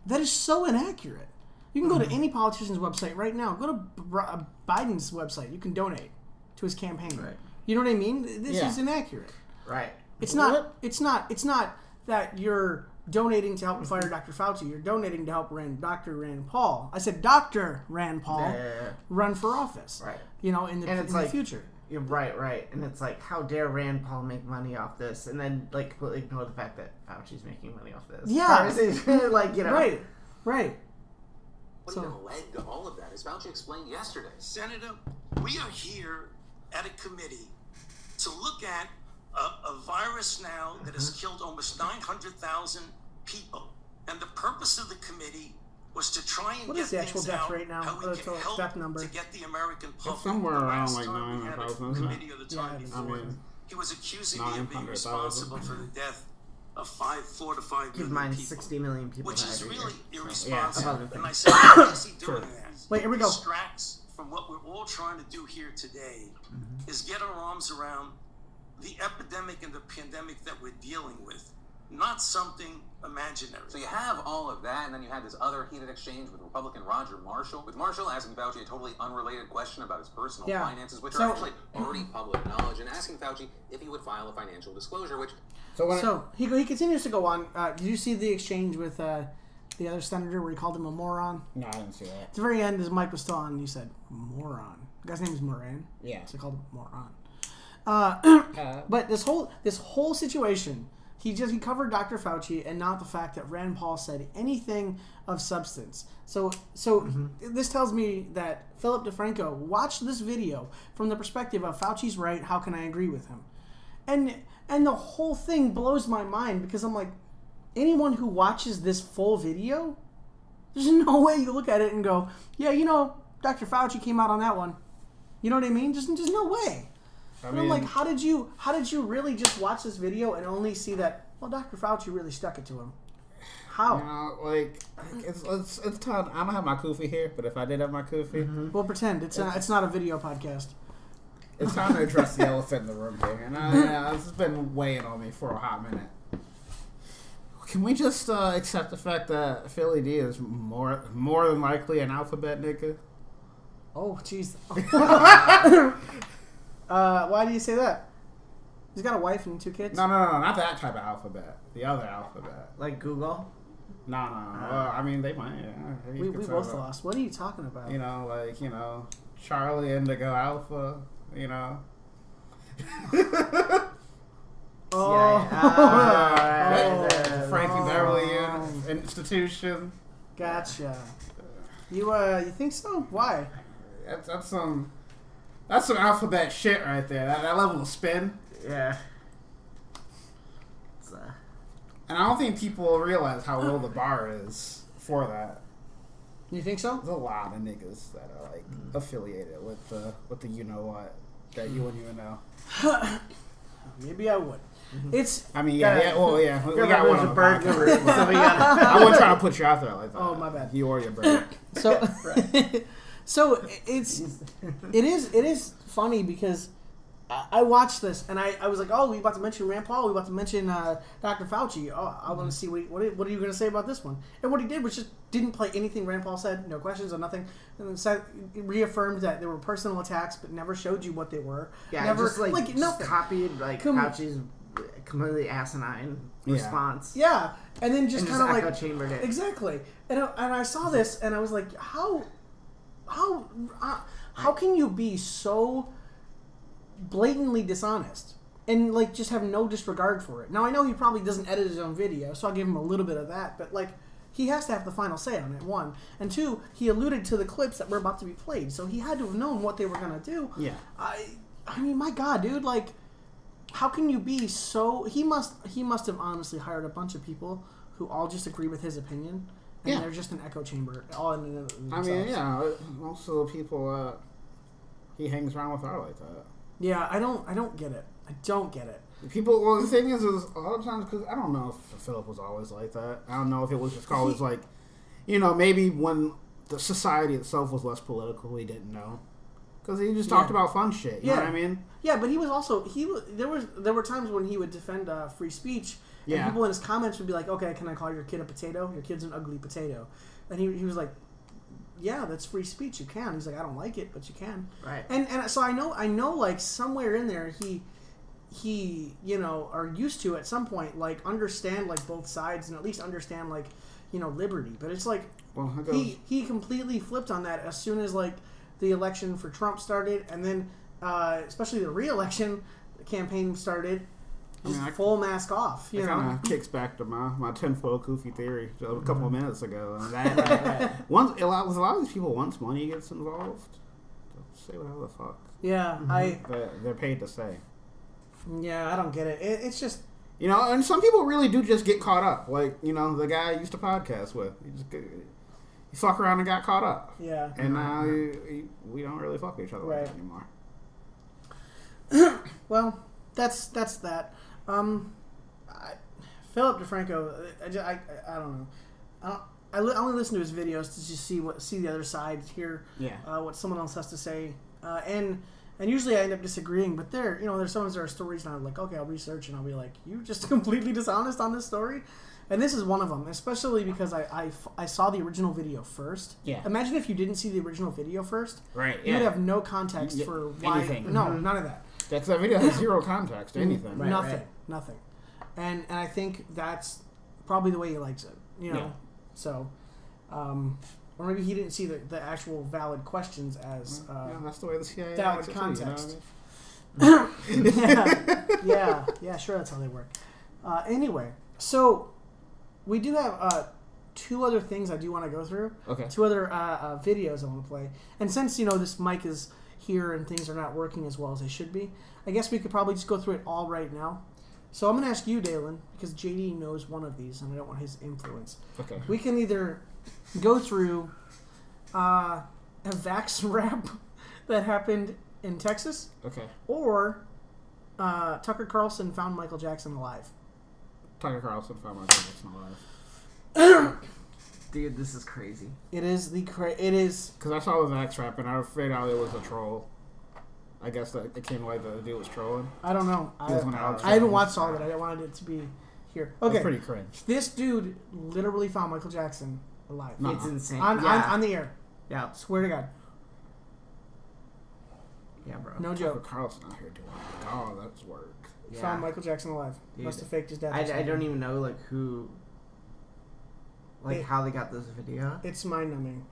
that is so inaccurate. You can go
Mm-hmm.
to any politician's website right now. Go to Br- uh, Biden's website. You can donate to his campaign.
Right.
You know what I mean? This
Yeah.
is inaccurate.
Right.
It's not.
What?
It's not. It's not that you're donating to help fire Dr. Fauci. You're donating to help Rand, Dr. Rand Paul. I said Dr. Rand Paul
Yeah, yeah, yeah.
run for office.
Right.
You know, in the,
And it's
in the
like-
future.
You're right, right. And it's like, how dare Rand Paul make money off this? And then, like, completely ignore the fact that Fauci's making money off this.
Yeah.
Or, like, you know.
Right. Right.
what
So-
even led to all of that, as Fauci explained yesterday.
Senator, we are here at a committee to look at a, a virus now that has killed almost 900,000 people. And the purpose of the committee was to try and
What
get
is the actual
things
death
out
rate now?
how we
Uh,
can
total
help
death number?
to get the American public.
somewhere
The
around,
last
like,
time we had a
900,000, isn't it?
committee or the time
Yeah,
before,
I mean,
he was accusing me of being
900,000.
responsible for the death of five, four to five
Because
million
mine's
people.
60 million people.
Which
died
is
every
really
year.
irresponsible.
Above the
and I
thing.
said, why is he doing that?
Wait, here we go.
Distracts from what we're all trying to do here today is get our arms around the epidemic and the pandemic that we're dealing with, not something imaginary.
So you have all of that, and then you had this other heated exchange with Republican Roger Marshall, with Marshall asking Fauci a totally unrelated question about his personal
Yeah.
finances, which
So-
are actually already public knowledge, and asking Fauci if he would file a financial disclosure, which
So when
So he, he continues to go on. Uh, did you see the exchange with uh, the other senator where he called him a moron?
no, I didn't see that.
At the very end, his mic was still on, and he said, "Moron." The guy's name is Moran.
Yeah.
So I called him moron. Uh, but this whole this whole situation He just he covered Dr. Fauci and not the fact that Rand Paul said anything of substance. So so this tells me that Philip DeFranco watched this video from the perspective of Fauci's right. How can I agree with him? And and the whole thing blows my mind because I'm like, anyone who watches this full video, there's no way you look at it and go, yeah, you know, Dr. Fauci came out on that one. You know what I mean? Just just no way.
I
And I'm like, how did you how did you really just watch this video and only see that? Well, Dr. Fauci really stuck it to him. How?
you know, like it's it's, it's tough. I don't have my kufi here, but if I did have my kufi,
We'll pretend it's not, it's not a video podcast.
it's time to address the elephant in the room here, and
Mm-hmm.
I, yeah, this has been weighing on me for a hot minute. Can we just uh, accept the fact that Philly D is more more than likely an alphabet nigga?
Oh, jeez. uh, why do you say that? He's got a wife and two kids.
No, no, no, not that type of alphabet. The other alphabet.
Like Google.
No, no. no. Well, I mean, they might. Yeah,
Uh.
you
we
could
we
throw
both
that.
lost. What are you talking about?
You know, like you know, Charlie Indigo Alpha. You know.
oh,
Uh, Frankie Beverly in- Institution.
gotcha. You uh, you think so? Why?
That's, that's some that's some alphabet shit right there. That, that level of spin,
Yeah. It's, uh,
and I don't think people realize how low the bar is for that.
You think so?
There's a lot of niggas that are like affiliated with the with the you know what that you and you know.
Maybe I would. It's
I mean, yeah,
Yeah.
yeah, well, yeah, we we
your
got one
brother's a
on the
bird
podcast.
guru, so we gotta.
I wasn't trying to put you out there like that.
Oh, my bad.
You or your brother.
so so it's it is it is funny because I, I watched this and I, I was like oh we about to mention Rand Paul we about to mention uh, Dr Fauci oh I want to see what, he, what are- what are you going to say about this one and what he did was just didn't play anything Rand Paul said no questions or nothing and then said reaffirmed that there were personal attacks but never showed you what they were
Yeah,
never
just like, just
nothing.
copied like
Com-
Fauci's completely asinine
Yeah.
response.
Yeah, and then just
And
kind
just
of like
echo chambered it. Mm-hmm.
Exactly, and I, and I saw this, and I was like, how, how, uh, how can you be so blatantly dishonest and like just have no disregard for it? Now I know he probably doesn't edit his own video, so I'll give him a little bit of that, but like. He has to have the final say on it. One and two. He alluded to the clips that were about to be played, so he had to have known what they were gonna do.
Yeah.
I, I mean, my God, dude, like, how can you be so he must he must have honestly hired a bunch of people who all just agree with his opinion and
Yeah.
they're just an echo chamber all in and of themselves.
I mean, yeah, most of the people uh, he hangs around with are like that.
yeah i don't i don't get it i don't get it
People, well, the thing is, is a lot of times because I don't know if Philip was always like that. I don't know if it was just always like, you know, maybe when the society itself was less political, he didn't know because he just talked
Yeah.
about fun shit. You know
Yeah.
what I mean?
yeah but he was also he wa- there was there were times when he would defend uh, free speech and
Yeah.
people in his comments would be like okay can i call your kid a potato your kid's an ugly potato and he, he was like yeah that's free speech you can he's like i don't like it but you can
Right.
and and so I know I know like somewhere in there he he you know are used to at some point like understand like both sides and at least understand like you know liberty but it's like
Well, I
he he completely flipped on that as soon as like the election for Trump started and then uh, especially the re-election campaign started just
mean, I-
full mask off you
It
know
kind of kicks back to my, my tenfold goofy theory a couple
Mm-hmm.
of minutes ago. And that, that- once a lot, with a lot of these people, once money gets involved, they'll say whatever the fuck
yeah
Mm-hmm.
I
they're, they're paid to say.
yeah I don't get it, it it's just
You know, and some people really do just get caught up. Like you know, the guy I used to podcast with, you just get, you fuck around and got caught up,
yeah Mm-hmm.
and now you, you, we don't really fuck with each other like
Right.
that anymore.
well, that's that's that. Um, I, Philip DeFranco, I, ju- I, I, I don't know. I, don't, I, li- I only listen to his videos to just see what see the other side, hear
Yeah.
uh, what someone else has to say, uh, and and usually I end up disagreeing. But there, you know, there's sometimes there are stories, and I'm like, okay, I'll research, and I'll be like, you just completely dishonest on this story. And this is one of them, especially because I, I f- I saw the original video first.
Yeah.
Imagine if you didn't see the original video first.
Right,
You would
yeah.
have no context
Yeah,
for why.
anything. Mm-hmm.
No, none of that
That's that video has zero context
Mm-hmm.
to anything.
nothing, nothing, and and I think that's probably the way he likes it, you know.
Yeah.
So, um, or maybe he didn't see the, the actual valid questions as uh,
Mm-hmm. Yeah, that's the way the CIA.
That
likes
would
it too, you know what I
context.
mean?
yeah, yeah, sure, that's how they work. Uh, anyway, so we do have uh, two other things I do want to go through.
Okay.
Two other uh, uh, videos I want to play, and since you know this mic is here and things are not working as well as they should be, I guess we could probably just go through it all right now. So I'm going to ask you, Dalen, because JD knows one of these, and I don't want his influence.
Okay.
We can either go through uh, a vax rap that happened in Texas,
Okay.
or uh, Tucker Carlson found Michael Jackson alive.
Tucker Carlson found Michael Jackson alive.
Dude, this is crazy.
It is the cra- it is
Because I saw the Vax rap and I figured out it was a troll. I guess that it came away that the dude was trolling.
I don't know I,
was when Alex
I haven't
Jones-
watched all of it. I didn't want it to be here.
That's
Okay,
pretty cringe.
this dude literally found Michael Jackson alive
No.
It's
Uh-uh.
insane.
on,
yeah.
on on the air.
yeah,
Swear to God,
yeah, bro.
no
Oh, Tucker
joke.
Carlson out here doing it. Oh, that's work.
yeah.
Found Michael Jackson alive.
Dude.
Must have faked his death. or
I, I
something.
don't even know like who, like
It-
how they got this video.
It's mind numbing.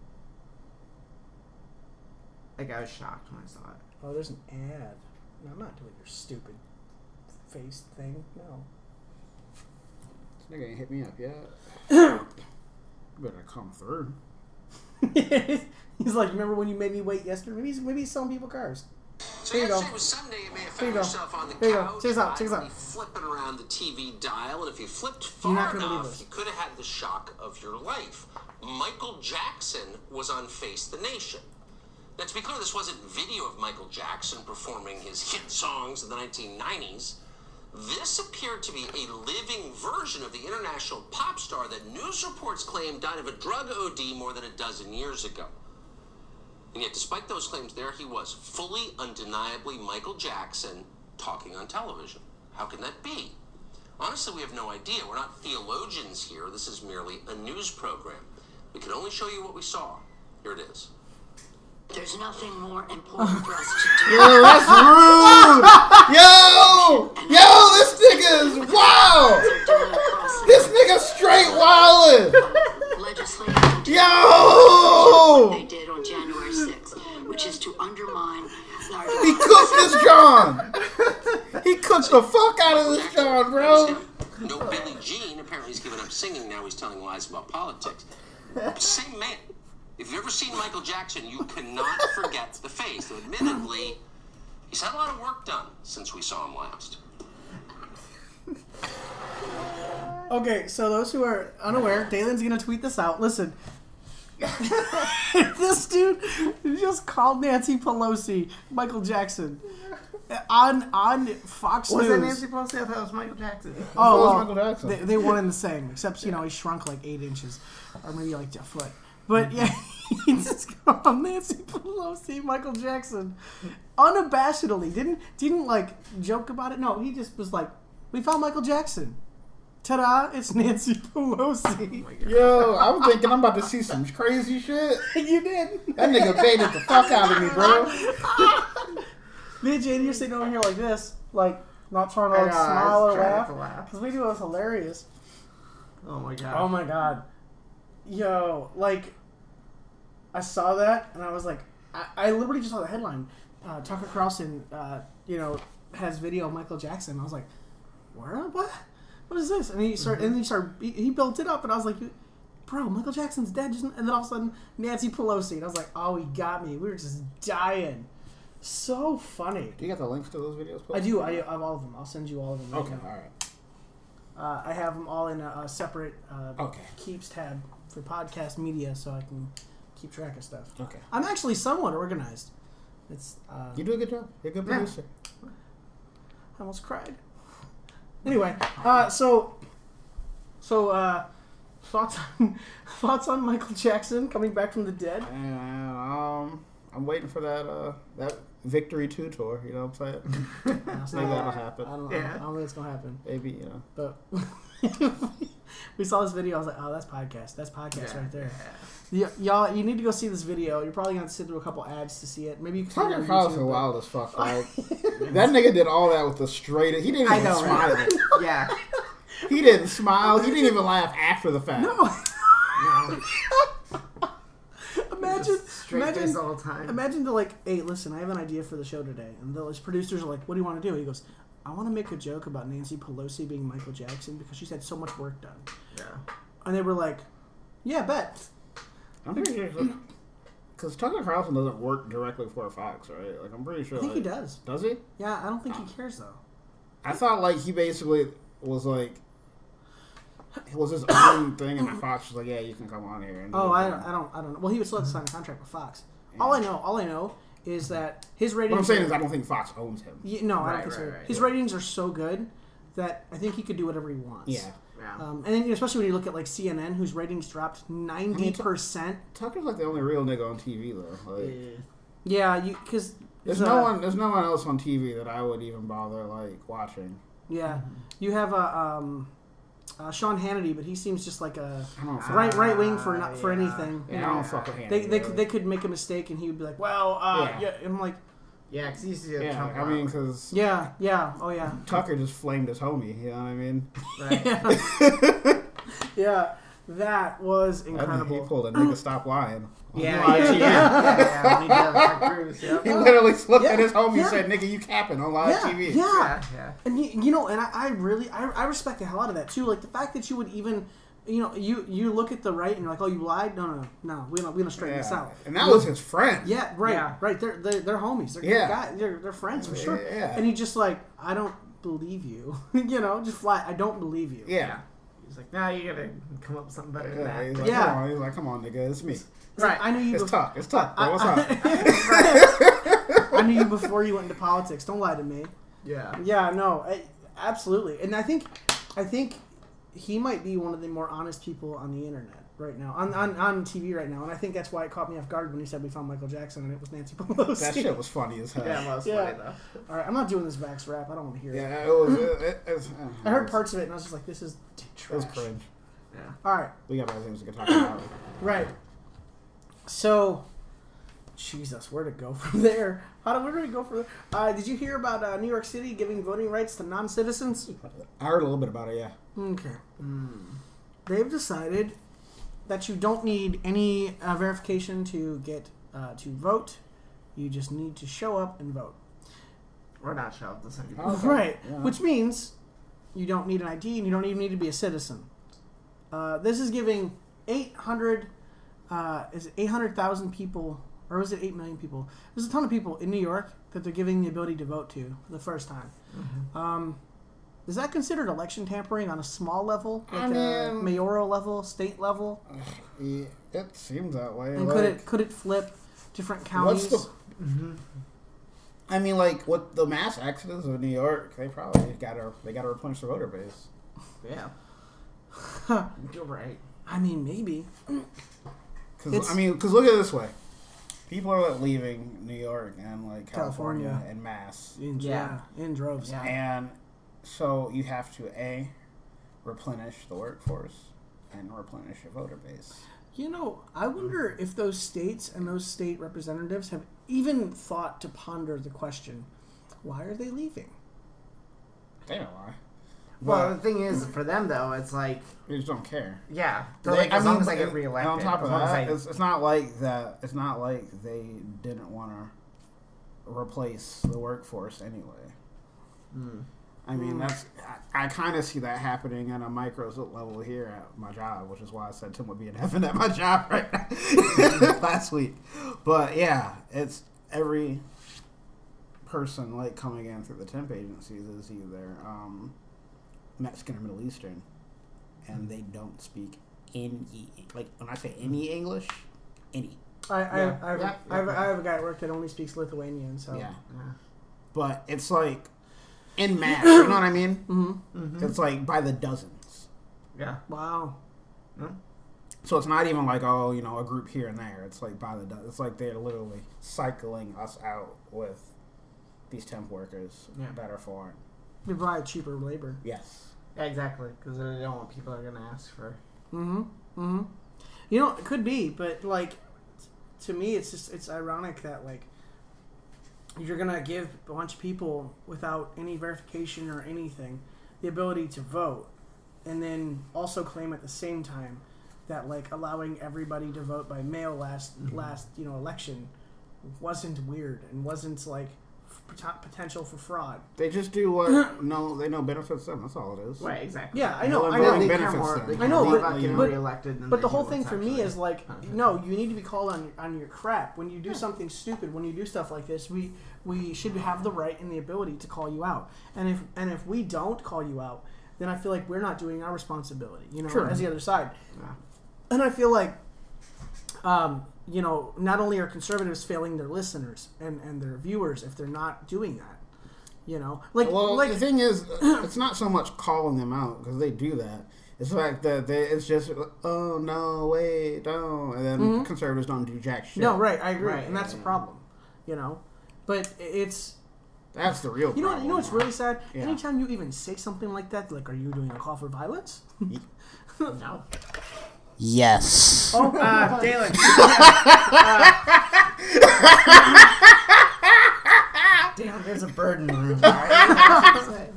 Like I was shocked when I saw it.
Oh, there's an ad. No, I'm not doing your stupid face thing. No.
This nigga ain't hit me up yet. You better come through.
he's like, remember when you made me wait yesterday? Maybe he's, maybe he's selling people cars.
So
There you go.
yesterday was Sunday, you may have
There you
found
go.
yourself on the
There you go.
couch.
Check this out, check this out.
idly Flipping around the TV dial, and if you flipped
You're
far
not gonna believe
enough,
this.
you could have had the shock of your life. Michael Jackson was on Face the Nation. Now, to be clear, this wasn't video of Michael Jackson performing his hit songs in the 1990s. This appeared to be a living version of the international pop star that news reports claim died of a drug OD more than a dozen years ago. And yet, despite those claims, there he was, fully, undeniably Michael Jackson talking on television. How can that be? Honestly, we have no idea. We're not theologians here. This is merely a news program. We can only show you what we saw. Here it is.
There's nothing more important for us to do.
Yo, that's rude! Yo! Yo, this nigga is wild!
than across
This nigga straight wildin'!
the legislative they
Yo!
did on January 6th, which is to undermine our
He cooked this John! He cooked the fuck out of this John, bro!
No Billie Jean. Apparently, he's given up singing. Now he's telling lies about politics. Same man. If you've ever seen Michael Jackson, you cannot forget the face. Admittedly, he's had a lot of work done since we saw him last.
Okay, so those who are unaware, Dalen's gonna tweet this out. Listen, this dude just called Nancy Pelosi Michael Jackson on on Fox
Was
News.
that Nancy Pelosi? I thought it was Michael Jackson.
Oh,
That was
well,
Michael Jackson.
They, they one and the same, except you know he shrunk like eight inches, or maybe like a foot.
Mm-hmm.
But yeah, he just called Nancy Pelosi, Michael Jackson, unabashedly. Didn't didn't like joke about it. No, he just was like, "We found Michael Jackson. Ta-da! It's Nancy Pelosi."
Oh
Yo, I'm thinking I'm about to see some crazy shit.
you did.
That nigga baited the fuck out of me, bro.
Me and JD are sitting over here like this, like not trying to
I
like
know, I
smile
was
or
trying not to
laugh,
laugh.
because we knew it was hilarious.
Oh my god.
Oh
Um,
my god. Yo, like, I saw that and I was like, I, I literally just saw the headline. Uh, Tucker Carlson, uh, you know, has video of Michael Jackson. I was like, where? What? What is this? And he started, and he started, he, he built it up, and I was like, bro, Michael Jackson's dead. Just, and then all of a sudden, Nancy Pelosi, and I was like, oh, he got me. We were just dying. So funny.
Do you got the links to those videos?
I do. I, I have all of them. I'll send you all of them. right
Okay,
now.
alright.
Uh, I have them all in a, a separate uh,
Okay.
keeps tab for podcast media, so I can keep track of stuff.
Okay.
I'm actually somewhat organized. It's uh,
You do a good job. You're a good producer.
I almost cried. Anyway, uh, so so uh, thoughts on thoughts on Michael Jackson coming back from the dead.
And um, I'm waiting for that uh that victory two tour. You know what I'm saying?
That's
Maybe
not-
that'll
I
happen.
don't know. I don't think it's gonna happen.
Maybe you know.
But we saw this video. I was like, oh, that's podcast. That's podcast right there. Y- y'all, you need to go see this video. You're probably gonna have to sit through a couple ads to see it. Maybe you can find it
Tucker
on
Carlson
YouTube,
wild as fuck. Like that nigga did all that with the straight. He didn't even
I know,
smile.
right? yeah.
He didn't smile. He didn't even laugh after the fact.
Oh
No.
but Imagine,
Straight face
imagine,
all the time.
imagine they're like, hey, listen, I have an idea for the show today, and the his producers are like, what do you want to do? He goes, I I want to make a joke about Nancy Pelosi being Michael Jackson because she's had so much work done.
Yeah.
And they were like, yeah, bet.
I'm pretty sure. Because Tucker Carlson doesn't work directly for Fox, right? Like, I'm pretty sure.
I think he
like-
does.
Does he?
Yeah, I don't think he cares though.
I thought, like, he basically was like. It was his own thing, and Fox was like, "Yeah, you can come on here." And do
Oh,
your
I
thing."
don't, I don't, I don't. know. Well, he was still have to sign a contract with Fox. All I know, all I know is that his ratings.
What I'm saying is, I don't think Fox owns him.
Yeah, no, I don't
Right,
think so.
right, right,
His
yeah.
ratings are so good that I think he could do whatever he wants.
Yeah,
Yeah.
Um, and then especially when you look at like CNN, whose ratings dropped ninety percent.
Tucker's like the only real nigga on TV though. Like,
Yeah, uh, you because
There's no one. There's no one else on TV that I would even bother like watching.
Yeah, you have a. Um, uh, Sean Hannity, but he seems just like a
I don't fuck-
right right wing for not for
yeah.
anything.
Yeah, I don't fuck with him.
They, they, they could make a mistake and he would be like, well, uh,
Yeah.
yeah. I'm like,
Yeah, because he used to do
Oh, yeah,
Trump.
I mean, because
yeah, yeah, oh yeah,
Tucker just flamed his homie. You know what I mean?
right.
yeah. That was
And he
incredible.
pulled a nigga stop lying.
yeah,
Lying.
yeah, yeah, yeah. When he did that for Cruz, yep.
He literally looked
Yeah,
at his homie
yeah.
and said, "Nigga, you capping on live
yeah,
TV."
yeah,
Yeah, yeah.
and you, you know, and I, I really, I, I respect the hell out of that too. Like the fact that you would even, you know, you you look at the right and you're like, oh, you lied. No, no, no, no. We don't, we don't straighten this
Yeah.
out.
And that was his friend.
Yeah, right,
Yeah.
right. They're, they're they're homies. They're
Yeah.
yeah. guys. They're they're friends for sure.
Yeah.
And he just like, I don't believe you. you know, just flat. I don't believe you.
Yeah.
He's like, nah, you gotta come up with something better than
Yeah,
that.
He's like,
Yeah.
Come on. He's like, come on, nigga, it's me.
It's like,
Right.
I knew you.
It's
before,
Tuck. It's Tuck, bro. What's up?
I knew you before you went into politics. Don't lie to me.
Yeah.
Yeah, no, I, absolutely. And I think, I think he might be one of the more honest people on the internet right now, on, on, on TV right now. And I think that's why it caught me off guard when he said we found Michael Jackson and it was Nancy Pelosi.
That shit was funny as hell.
Yeah,
Yeah,
most
Yeah.
funny though.
All right, I'm not doing this Vax rap. I don't want to hear it.
it was. It, it, it,
I heard parts of it and I was just like, this is t-
It
trash.
was cringe.
All right,
We got other things we can talk about.
right. So, Jesus, where to go from there? How do, where do we go from there? Uh, did you hear about uh, New York City giving voting rights to non-citizens?
I heard a little bit about it. Yeah.
Okay. Hmm. They've decided that you don't need any uh, verification to get uh, to vote. You just need to show up and vote.
Or not show up the second.
Okay.
Right.
Yeah.
Which means you don't need an ID and you don't even need to be a citizen. Uh, this is giving 800 uh, is it 800,000 people or is it 8 million people? There's a ton of people in New York that they're giving the ability to vote to for the first time.
Mm-hmm.
Um, is that considered election tampering on a small level, like
I
a
mean-
mayoral level, state level?
Yeah, it seems that way.
And
like,
could it could it flip different
what's
counties?
the? I mean, like with the mass accidents of New York, they probably got to they got to replenish the voter base.
Yeah. You're right.
I mean, maybe.
Because
It's-
I mean, 'cause look at it this way, people are like, leaving New York and like California,
California.
and mass,
In,
Yeah.
yeah. in droves.
Yeah.
and so you have to a replenish the workforce and replenish your voter base.
You know, I wonder if those states and those state representatives have even thought to ponder the question why are they leaving?
They don't lie.
Well,
But
the thing is, for them though, it's like,
they just don't care.
yeah, they're
They-
like, as
mean,
long as I
and-
get reelected,
And on top of
as long as I-
that, it's, it's not like that. It's not like they didn't want to replace the workforce anyway. I mean,
Hmm.
that's I, I kind of see that happening on a micro level here at my job, which is why I said Tim would be in heaven at my job right now last week. But yeah, it's every person like coming in through the temp agencies is either um, Mexican or Middle Eastern, and they don't speak any like when I say any English, any
I, I,
Yeah.
I, have,
Yeah.
I, have, I have a guy at work that only speaks Lithuanian, so.
Oh, yeah. But it's like in mass, you know what I mean? Mm-hmm. It's like by the dozens.
yeah,
Wow.
So it's not even like oh you know a group here and there. It's like by the do- it's like they're literally cycling us out with these temp workers
Yeah.
that are foreign.
They provide cheaper labor.
Yes.
yeah, exactly, because they don't want people are gonna ask for.
You know, it could be, but like, to me, it's just it's ironic that like you're gonna give a bunch of people without any verification or anything the ability to vote, and then also claim at the same time that like allowing everybody to vote by mail last last you know election wasn't weird and wasn't like pot- potential for fraud.
They just do what no they know benefits them. That's all it is.
Right, exactly.
Yeah, I
No
know.
one
I
really
know.
They care
benefits
more,
them.
they
I
care
know,
more
but-
about getting
but-
reelected than
But
they
the
do
whole
what's
thing for me
actually-
is like, no, you need to be called on on your crap. When you do something stupid, when you do stuff like this, we we should have the right and the ability to call you out. And if and if we don't call you out, then I feel like we're not doing our responsibility. You know,
Sure.
as the other side. And I feel like, um, you know, not only are conservatives failing their listeners and and their viewers if they're not doing that. You know, like
Well,
like
the thing is, it's not so much calling them out because they do that. It's the fact that they, it's just oh no, wait, don't, and then conservatives don't do jack shit.
Mm-hmm. no, right? I agree,
Right,
and that's a
yeah.
problem. You know, but it's
That's the real.
You know, what,
problem.
you know what's really sad?
Yeah.
Anytime you even say something like that, like, "Are you doing a call for violence?"
No.
Yes.
Oh, uh, Dalen.
Damn, there's a bird in the room. all right?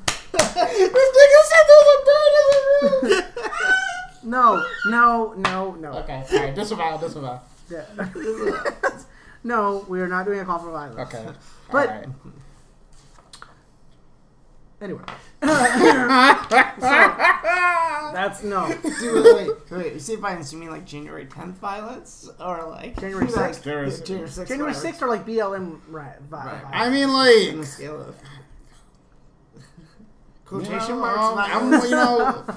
No, no, no, no.
Okay. All right. Disavow. Disavow.
Yeah. no, we are not doing a call for violence.
Okay. all
But-
right.
Anyway, so, that's no
Dude, wait, wait, wait. You say violence, you mean like January 10th violence? Or like.
January
like,
6th?
There is-
yeah, January 6th.
January
whatever.
sixth are like BLM right, vi-
Right.
violence.
I mean,
On the
like
scale of.
you
Quotation
know,
marks.
um, I'm,
violence.
you know,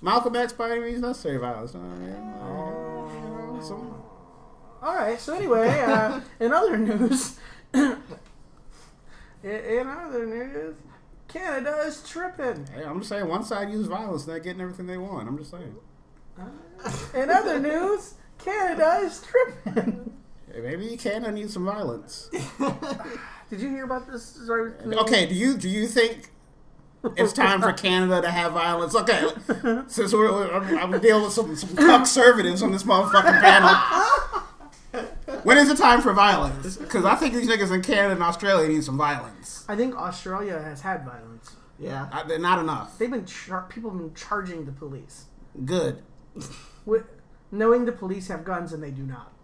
Malcolm X by any means necessary violence. you know what I mean? Like, you know, some-
All right. So anyway, uh, in other news, in, in other news, Canada is tripping.
Hey, I'm just saying, one side uses violence, they're getting everything they want. I'm just saying.
In other news, Canada is tripping.
Hey, Maybe Canada needs some violence.
Did you hear about this story? with Canadian-
Okay, do you do you think it's time for Canada to have violence? Okay, since we're, we're- I'm, I'm dealing with some some conservatives on this motherfucking panel. When is it time for violence? Because I think these niggas in Canada and Australia need some violence.
I think Australia has had violence.
Yeah.
I, they're not enough.
They've been char- people have been charging the police,
Good.
with, knowing the police have guns and they do not.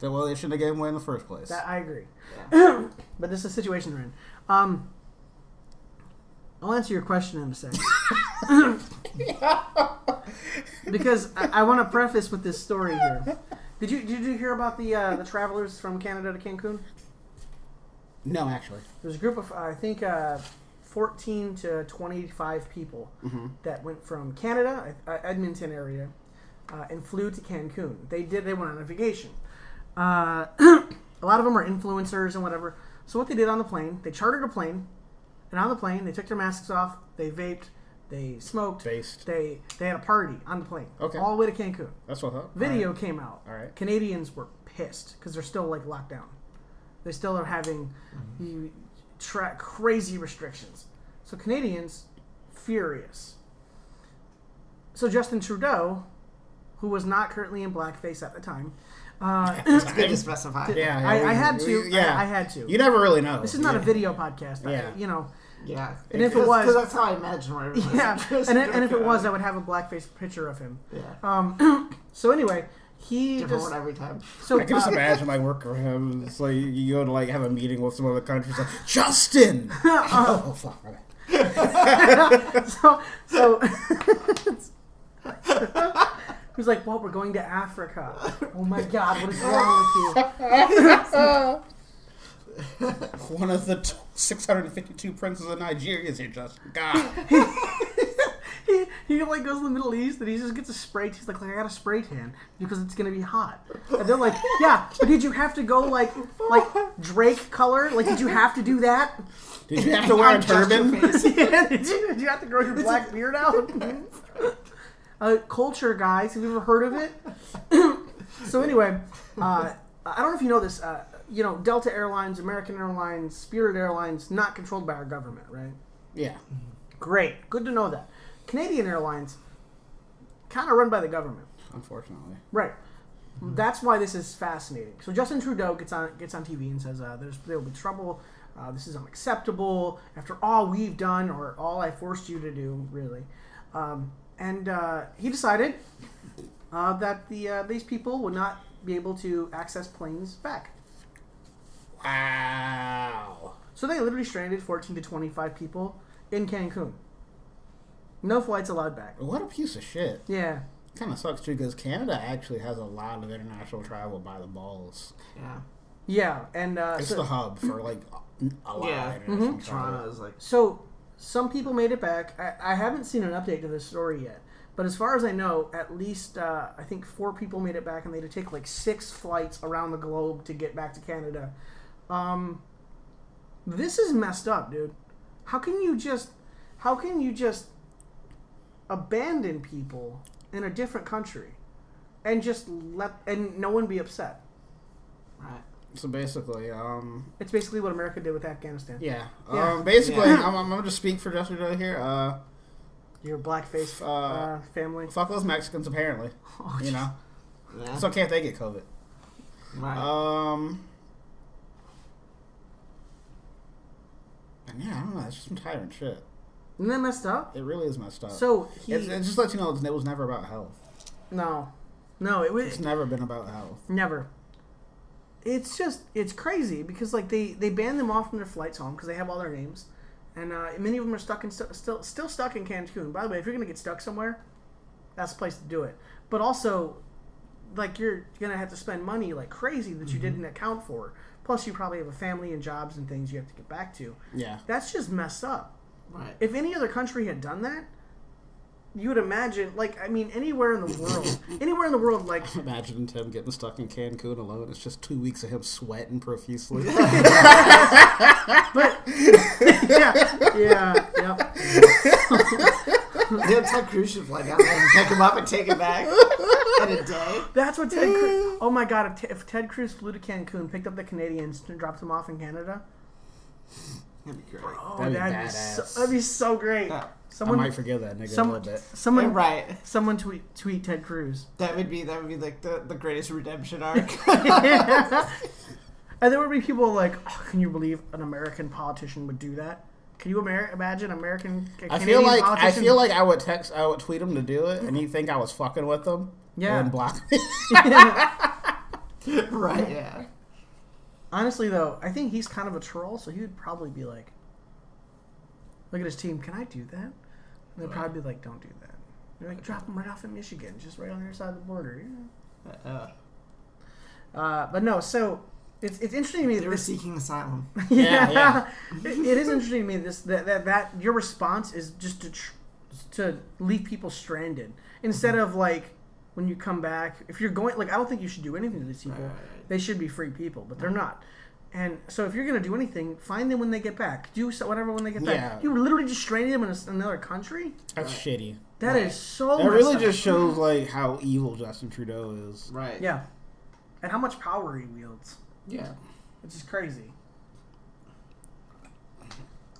Then, Well, they shouldn't have given away in the first place.
That I agree. but this is the situation we're in. Um, I'll answer your question in a second. because I, I want to preface with this story here. Did you did you hear about the uh, the travelers from Canada to Cancun?
no, actually.
There's a group of I think uh, 14 to 25 people
Mm-hmm.
that went from Canada, uh, Edmonton area, uh, and flew to Cancun. They did. They went on a vacation. Uh, a lot of them are influencers and whatever. So what they did on the plane, they chartered a plane, and on the plane they took their masks off, they vaped, they smoked,
Based.
they they had a party on the plane,
Okay.
all the way to Cancun.
That's what I thought.
Video came out.
All right.
Canadians were pissed because they're still like locked down. They still are having you tra- crazy restrictions. So Canadians furious. So Justin Trudeau, who was not currently in blackface at the time, uh,
It's good to specify.
Yeah, yeah,
I-
we-
I had
we-
to.
Yeah,
I- I had to.
You never really know.
this is not a video podcast. I-
Yeah.
you know.
Yeah.
And if it
Because-
was-
'cause that's how I imagine where everybody's
Yeah,
interested.
and, it- and if it was, I would have a blackface picture of him.
Yeah.
So anyway, he
Different
just
one every time.
so
I can just
uh,
imagine like work for him. It's like you go to like have a meeting with some other country. It's like Justin.
Uh-huh.
oh, oh, fuck. my bad.
so so Who's like, well, we're going to Africa. Oh my God, what is wrong with you?
One of the t- 652 princes of Nigeria is here, Justin. God.
He, he like goes to the Middle East and he just gets a spray. He's like, like I got a spray tan because it's gonna be hot. And they're like, yeah, but did you have to go like like Drake color? Like, did you have to do that?
Did you have to wear a
Just your
turban?
face.
Yeah, did, you, did you have to grow your black beard out? uh, culture, guys. Have you ever heard of it? so anyway, uh, I don't know if you know this. Uh, you know, Delta Airlines, American Airlines, Spirit Airlines, not controlled by our government, right?
Yeah.
Great, good to know that. Canadian Airlines, kind of run by the government,
Unfortunately.
right? That's why this is fascinating. So Justin Trudeau gets on gets on TV and says, uh, "There's there will be trouble. Uh, this is unacceptable. After all we've done, or all I forced you to do, really." Um, and uh, he decided uh, that the uh, these people would not be able to access planes back.
Wow.
So they literally stranded 14 to 25 people in Cancun. No flights allowed back.
What a piece of shit.
Yeah.
Kind of sucks too, because Canada actually has a lot of international travel by the balls.
Yeah.
Yeah. And uh,
It's
so,
the hub for like a a lot
Yeah.
of international
Mm-hmm.
travel.
Toronto is like
so some people made it back. I, I haven't seen an update to this story yet. But as far as I know, at least uh, I think four people made it back, and they had to take like six flights around the globe to get back to Canada. Um, this is messed up, dude. How can you just, how can you just abandon people in a different country, and just let and no one be upset?
right.
So basically, um,
It's basically what America did with Afghanistan.
yeah,
Yeah.
um, basically,
Yeah.
I'm, I'm gonna just speak for Justin Trudeau here. Uh,
Your blackface
Uh,
uh, family.
fuck those Mexicans, apparently.
Oh,
You know,
Yeah.
it's okay if they get COVID.
right.
Um. And yeah, I don't know. It's just some tyrant shit.
Isn't that messed up?
It really is messed up.
So he
it, it just lets you know it was never about health.
no, no, it was
It's never been about health.
never. It's just it's crazy because like they they ban them off from their flights home because they have all their names, and uh, many of them are stuck in st- still still stuck in Cancun. By the way, if you're gonna get stuck somewhere, that's the place to do it. But also, like you're gonna have to spend money like crazy that you didn't account for. Plus, you probably have a family and jobs and things you have to get back to.
Yeah.
That's just messed up.
right.
if any other country had done that, you would imagine, like, I mean, anywhere in the world, anywhere in the world, like,
Imagine Tim getting stuck in Cancun alone. It's just two weeks of him sweating profusely.
yeah, yeah, yep.
Yeah, Ted Cruz should fly down there and pick him up and take him back in a day.
That's what Ted Cruz, oh my God, if, Te- if Ted Cruz flew to Cancun, picked up the Canadians, and dropped them off in Canada,
That'd be great.
oh,
That'd
that'd,
be
be, so,
badass.
that'd be so great.
Yeah.
I
Someone,
might forgive that nigga a
someone,
little bit.
someone,
Right.
someone tweet, tweet Ted Cruz.
That would be that would be like the, the greatest redemption arc.
And there would be people like, oh, can you believe an American politician would do that? Can you Amer- imagine American? a
I feel
Canadian
like I
politician-
feel like I would text, I would tweet him to do it, and he'd think I was fucking with him.
Yeah.
And block me.
right. Yeah.
Honestly, though, I think he's kind of a troll, so he would probably be like, "Look at his team. Can I do that?" And they'd probably be like, "Don't do that." They're like, "Drop him right off in Michigan, just right on your side of the border." Yeah.
Uh,
Uh, but no, so it's it's interesting to me.
they
that
were
This,
seeking asylum.
Yeah, yeah.
It, it is interesting to me this that, that that your response is just to tr- to leave people stranded instead
Mm-hmm.
of like when you come back if you're going like I don't think you should do anything to these people.
Right, right, right.
They should be free people, but
Mm-hmm.
they're not. And so if you're gonna do anything, find them when they get back. Do so whatever when they get
Yeah.
back. You literally just stranded them in a s another country.
That's shitty.
That is so.
That really
messed up.
just shows like how evil Justin Trudeau is.
Right.
yeah, and how much power he wields.
Yeah.
which is crazy.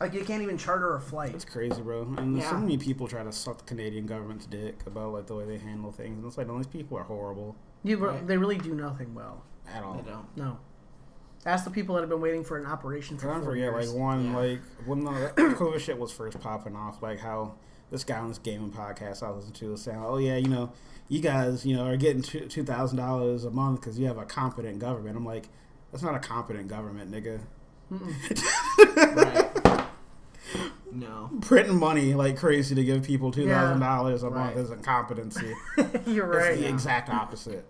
Like you can't even charter a
It's
flight.
crazy, bro. And so
Yeah.
many people try to suck the Canadian government's dick about like the way they handle things, and it's like, no, these people are horrible
You,
Right.
They really do nothing well.
at all.
They don't.
No. Ask the people that have been waiting for an operation for
And I
four
forget, like
years.
one,
Yeah.
like when the COVID shit was first popping off, like how this guy on this gaming podcast I listened to was saying, "Oh yeah, you know, you guys, you know, are getting two thousand dollars a month because you have a competent government." I'm like, that's not a competent government, nigga.
Right. no.
Printing money like crazy to give people two thousand dollars a month
Right.
is incompetency.
You're
It's
right.
the
Yeah.
exact opposite.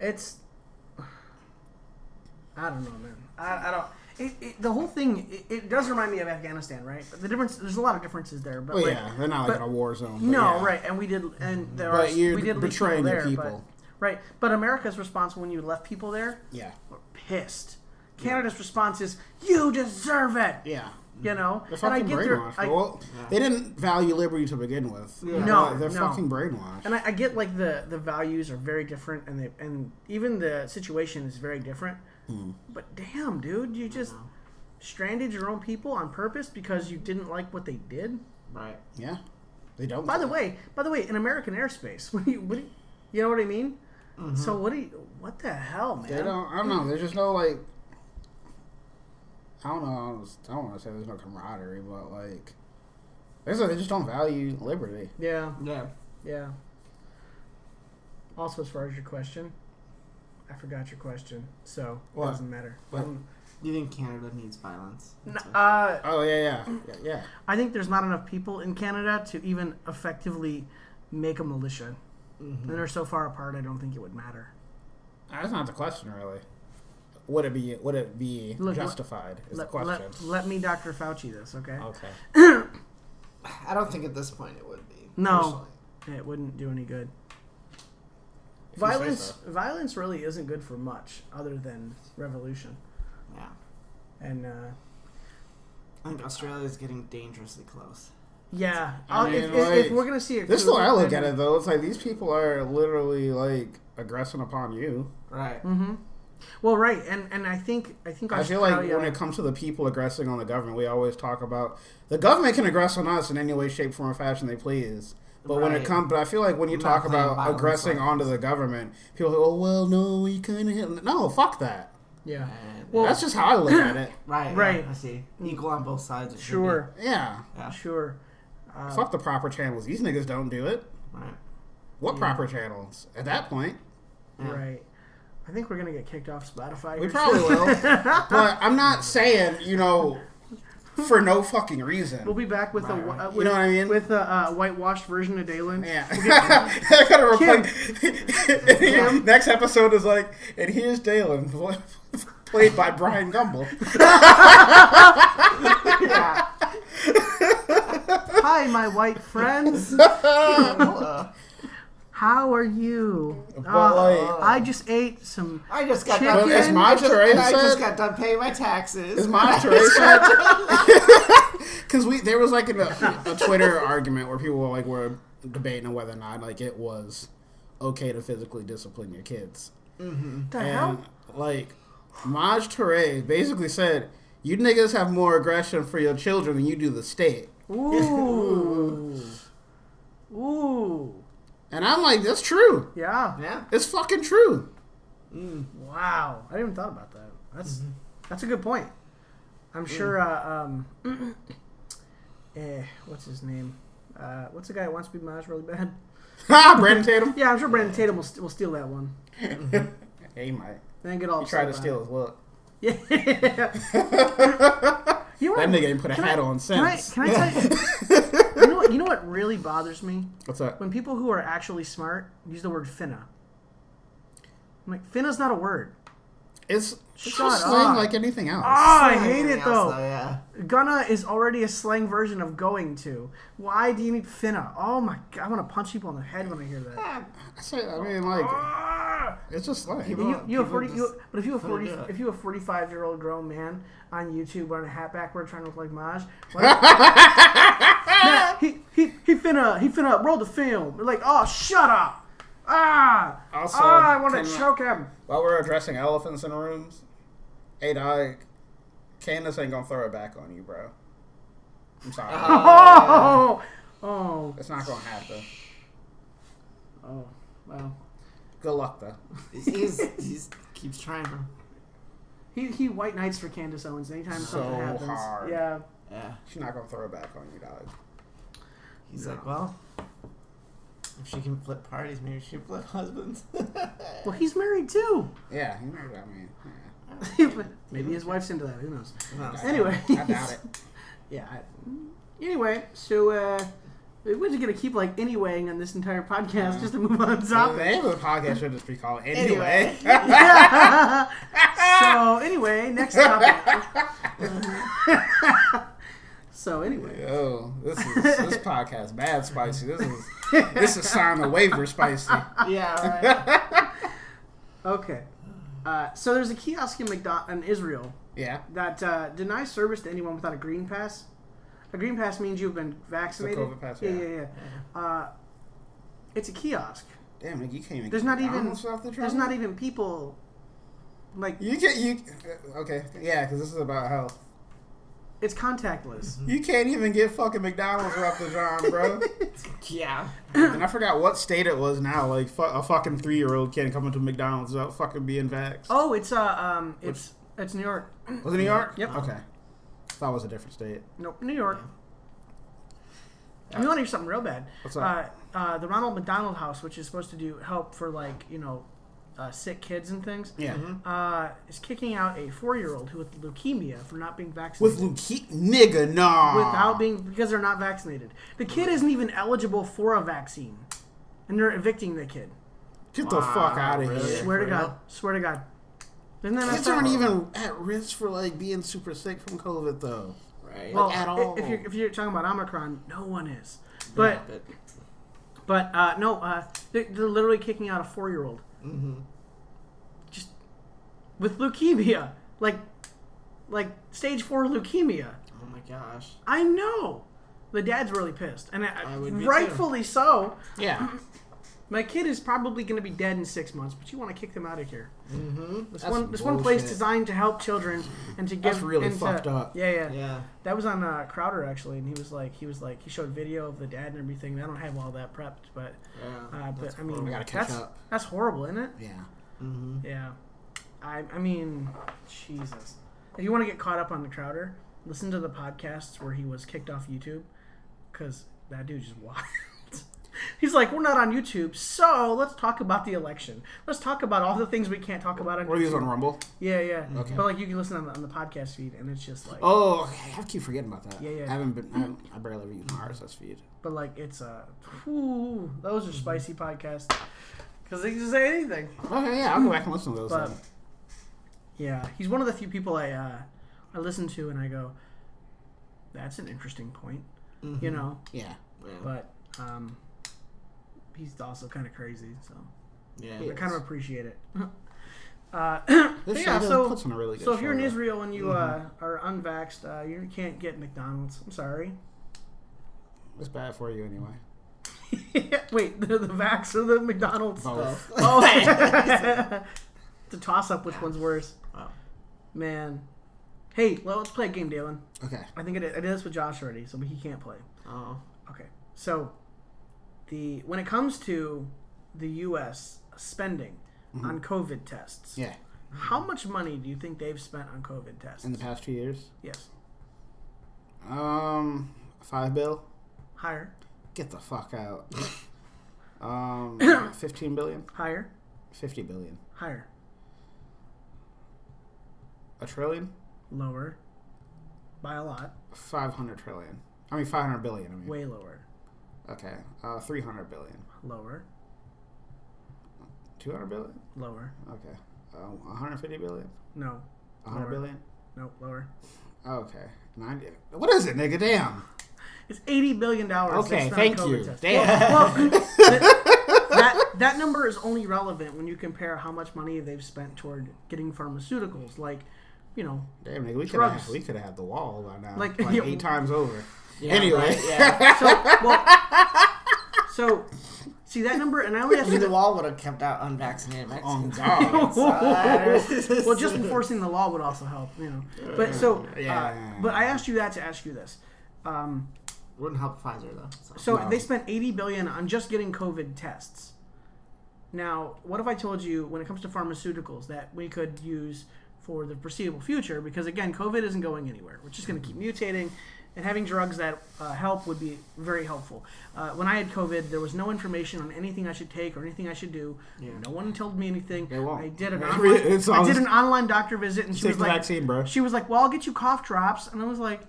It's. I don't know, man. I, I don't. It, it, the whole thing it, it does remind me of Afghanistan, right? The difference. There's a lot of differences there, but
Well,
like,
yeah, they're not like
but-
in a war zone. but
No,
yeah. Mm-hmm.
right, and we did, and there
But
are
you're
we did leave
betraying
people
your
there,
people.
But, right, but America's response when you left people there
Yeah,
were pissed. Canada's response is you deserve it.
yeah.
You know,
They're
and I
fucking
get their,
brainwashed.
I,
bro. well, they didn't value liberty to begin with.
No,
They're- they're
no.
fucking brainwashed.
and I, I get like the the values are very different, and they and even the situation is very different.
Hmm.
But damn, dude, you just stranded your own people on purpose because you didn't like what they did.
Right.
yeah, they don't.
By the way, by the way, in American airspace, what do you, what do you, you know what I mean? So what do you, what the hell, man?
Mm-hmm. they don't. I don't know. There's just no like. I don't know. I don't- I don't want to say there's no camaraderie, but like, there's a, they just don't value liberty.
Yeah,
Yeah.
yeah. Also, as far as your question, I forgot your question, so it
What?
doesn't matter.
What?
Um,
You think Canada needs violence?
Uh,
Oh yeah, yeah, yeah. yeah.
I think there's not enough people in Canada to even effectively make a militia.
Mm-hmm.
And they're so far apart, I don't think it would matter.
That's not the question, really. Would it be? Would it be
Look, let-
justified? Is the
Let,
question. Oh,
let, let me Dr. Fauci this, okay?
okay.
I don't think at this point it would be.
No, it wouldn't do any good.
If you say
Violence,
so.
violence really isn't good for much other than revolution.
Yeah.
And uh,
I think Australia is getting dangerously close.
yeah,
I
I'll- if,
mean,
if- if
like,
we're gonna see a
This is
coup,
the way I look
then-
at it, though. It's like these people are literally like aggressing upon you.
Right.
Well, right, and and I think I think
I feel
Australia,
like when it comes to the people aggressing on the government, we always talk about the government can aggress on us in any way, shape, form, or fashion they please. But when it
Right.
comes, but I feel like when you talk
not playing
about
violence
aggressing
like
onto the government, people go, "Oh well, no, we couldn't." hit-" No, fuck that.
And-
yeah,
uh,
Well,
That's just how I look at it.
right. Mm. yeah,
right.
I see. Equal on both sides. it should
sure,
Yeah,
sure.
fuck the proper channels. These niggas don't do it.
be. Right.
What proper channels? At that point,
Right. I think we're gonna get kicked off Spotify.
we
here
probably
soon.
will. But I'm not saying you know for no fucking reason.
We'll be back with a uh, with,
You know what I mean?
with a uh, whitewashed version of Dalen.
Yeah. I gotta replace. Next episode is like, and here's Dalen, played by Brian Gumble.
Hi, my white friends.
uh,
How are you? Uh,
like-
I just ate some.
I just got
Chicken.
done.
Well, it's
paying-
my
I just-
turn,
and I just
son.
got done paying my taxes.
Is my Because we there was like an, a, a Twitter argument where people were like were debating whether or not like it was okay to physically discipline your kids.
The
And
hell?
like Maj Touré basically said, "You niggas have more aggression for your children than you do the state."
Ooh. Ooh.
And I'm like, "That's true.
Yeah.
yeah.
It's fucking true."
Wow. I didn't even thought about that. That's
Mm-hmm.
that's a good point.
Mm.
I'm sure. Uh, um. eh, what's his name? Uh, what's the guy that wants to be Maj really bad?
Ha, Brandon Tatum.
Yeah, I'm sure Brandon Tatum will, st- will steal that one.
Yeah, he might.
Then get all.
He tried to
upset
steal his look.
about it. Yeah. you know what?
That nigga ain't put a hat on
Can I,
since.
can I tell you? you know what? You know what really bothers me
What's that?
when people who are actually smart use the word finna. I'm like, finna's not a word.
It's, it's
Shut
just slang
up.
like anything else.
Oh, I hate it
Everything else,
though.
yeah.
Gonna is already a slang version of going to. Why do you need finna? Oh my god, I want to punch people in the head when I hear that. Ah!
I, say, I mean, like, it's just slang.
You, you
People
a forty, you,
just
but if you a forty,
do it.
if you a forty-five year old grown man on YouTube wearing a hat backward trying to look like Maj, why- he, he he finna he finna roll the film. Like, oh shut up, ah,
Also,
ah, I want
can-
to choke him.
While we're addressing elephants in rooms, hey, dog, Candace ain't gonna throw it back on you, bro. I'm sorry.
Oh, oh,
It's not gonna happen.
oh, well.
Good luck, though.
He's, he's keeps trying. bro.
He, he white knights for Candace Owens anytime something
So
happens.
hard.
Yeah.
Yeah.
She's not gonna throw it back on you, dog.
He's like, well, if she can flip parties, maybe she can flip husbands.
Well, he's married too.
Yeah, you know what I mean.
Maybe his wife's into that. Who knows?
No.
Anyway.
Yeah. I doubt it.
Yeah. I, anyway, so uh, we're just gonna keep like anywaying on this entire podcast just to move on to
The
topic.
name of the podcast should just be called
Anyway.
anyway.
so anyway, next topic. so anyway,
Yo, this is this podcast bad spicy. This is this is sign of waiver spicy.
yeah, right.
okay. Uh, so there's a kiosk in McDo- in Israel
Yeah,
that uh, denies service to anyone without a green pass. A green pass means you've been vaccinated.
COVID pass,
yeah,
yeah. Mm-hmm.
yeah, yeah. Uh, it's a kiosk.
damn, like you can't even.
There's
get
not even
McDonald's off the
there's
truck?
not e- even people. Like
You can't. You okay? Yeah, because this is about health.
it's contactless.
You can't even get fucking McDonald's off the drum, bro.
yeah.
and I forgot what state it was now. Like fu- a fucking three year old can't come into McDonald's without fucking being vaxxed.
Oh, it's uh um it's it's New York.
Was it New York?
Yep.
Okay. Thought it was a different state.
Nope, New York. You want to hear something real bad?
What's that?
Uh, uh, the Ronald McDonald House, which is supposed to do help for like you know uh, sick kids and things.
Yeah.
Uh, is kicking out a four-year-old who with leukemia for not being
With
vaccinated.
Luke, nigga, nah.
without being because they're not vaccinated. The kid isn't even eligible for a vaccine, and they're evicting the kid.
get the fuck out of
really?
here.
Swear to
For
God.
real?
Swear to God. Isn't that
Kids
messed up?
aren't even at risk for like being super sick from COVID though.
Right.
well,
at
i-
all.
If you're, if you're talking about Omicron, no one is. But
But
but uh, no, uh, they're, they're literally kicking out a four year old. Mm-hmm. Just with leukemia, like like stage four leukemia.
oh my gosh.
I know. The dad's really pissed, and I,
I would be too.
rightfully so.
Yeah,
My kid is probably going to be dead in six months, but you want to kick them out of here. Mm-hmm. This
That's
one, this one place
bullshit.
designed to help children and to give.
That's really
and to-
fucked up.
Yeah, yeah,
Yeah.
That was on uh, Crowder actually, and he was like, he was like, he showed video of the dad and everything. I don't have all that prepped, but,
Yeah.
uh, but I mean,
horrible. I gotta catch
that's
up.
that's horrible, isn't it?
yeah.
Yeah. I I mean, Jesus. If you want to get caught up on the Crowder, listen to the podcasts where he was kicked off YouTube, because that dude's just wild. He's like, we're not on YouTube, so let's talk about the election. Let's talk about all the things we can't talk about on
What are these
YouTube.
on Rumble?
Yeah, yeah.
Okay.
But like, you can listen on the, on the podcast feed, and it's just like,
Oh, okay. I keep forgetting about that.
Yeah, yeah.
I haven't been. I, haven't, I barely ever use my RSS feed.
but like, it's uh, whew, those are spicy podcasts because they can say anything.
Okay, yeah, I'll go back and listen to those.
But
then.
yeah, he's one of the few people I uh, I listen to and I go, that's an interesting point,
Mm-hmm.
you know.
yeah,
But um, he's also kind of crazy, so
Yeah.
I kind of appreciate it. Uh,
this
yeah,
show does-
so-
puts on a really good.
so if you're in
show, though. Mm-hmm.
Israel and you uh, are unvaxxed, uh, you can't get McDonald's. I'm sorry.
it's bad for you anyway.
Wait, the, the vax or the McDonald's?
Both.
Oh, the toss up. Which one's worse?
Wow.
Man. Hey, well, let's play a game, Dalen.
Okay.
I think I did, I did this with Josh already, so he can't play.
Oh.
Okay, so the when it comes to the U.S. spending on COVID tests,
Mm-hmm. Yeah.
how much money do you think they've spent on COVID tests?
In the past two years,
yes,
um, five bill.
higher,
Get the fuck out. um, fifteen billion,
higher,
fifty billion,
higher,
a trillion,
lower, by a lot,
five hundred trillion. I mean, five hundred billion. I mean,
way lower,
okay, uh, three hundred billion,
lower,
two hundred billion.
lower.
Okay, uh, one hundred fifty billion,
No,
a hundred
Lower.
billion.
no, lower.
Okay, ninety. What is it, nigga? Damn.
It's eighty billion dollars.
Okay, thank you. Damn.
Well, that, that that number is only relevant when you compare how much money they've spent toward getting pharmaceuticals, like you know,
Damn, nigga, we could
Drugs.
have we could have had the wall by now,
Like-
like,
yeah.
eight times over. anyway,
Right, yeah.
so well, so see that number, and I only asked you
the
that.
wall would have kept out unvaccinated
on
Mexicans.
God,
well, just enforcing the law would also help, you know. But so, uh,
Yeah.
but I asked you that to ask you this. Um,
Wouldn't help Pfizer though.
so
No.
they spent eighty billion on just getting COVID tests. Now, what if I told you when it comes to pharmaceuticals that we could use for the foreseeable future? Because again, COVID isn't going anywhere. We're just going to keep
Mm-hmm.
mutating, and having drugs that uh, help would be very helpful. Uh, when I had COVID, there was no information on anything I should take or anything I should do. No one told me anything.
They won't.
I did an
It
online,
is
I did
honest-
an online doctor visit, and she
take
was
the
like,
vaccine, bro.
She was like, "Well, I'll get you cough drops," and I was like,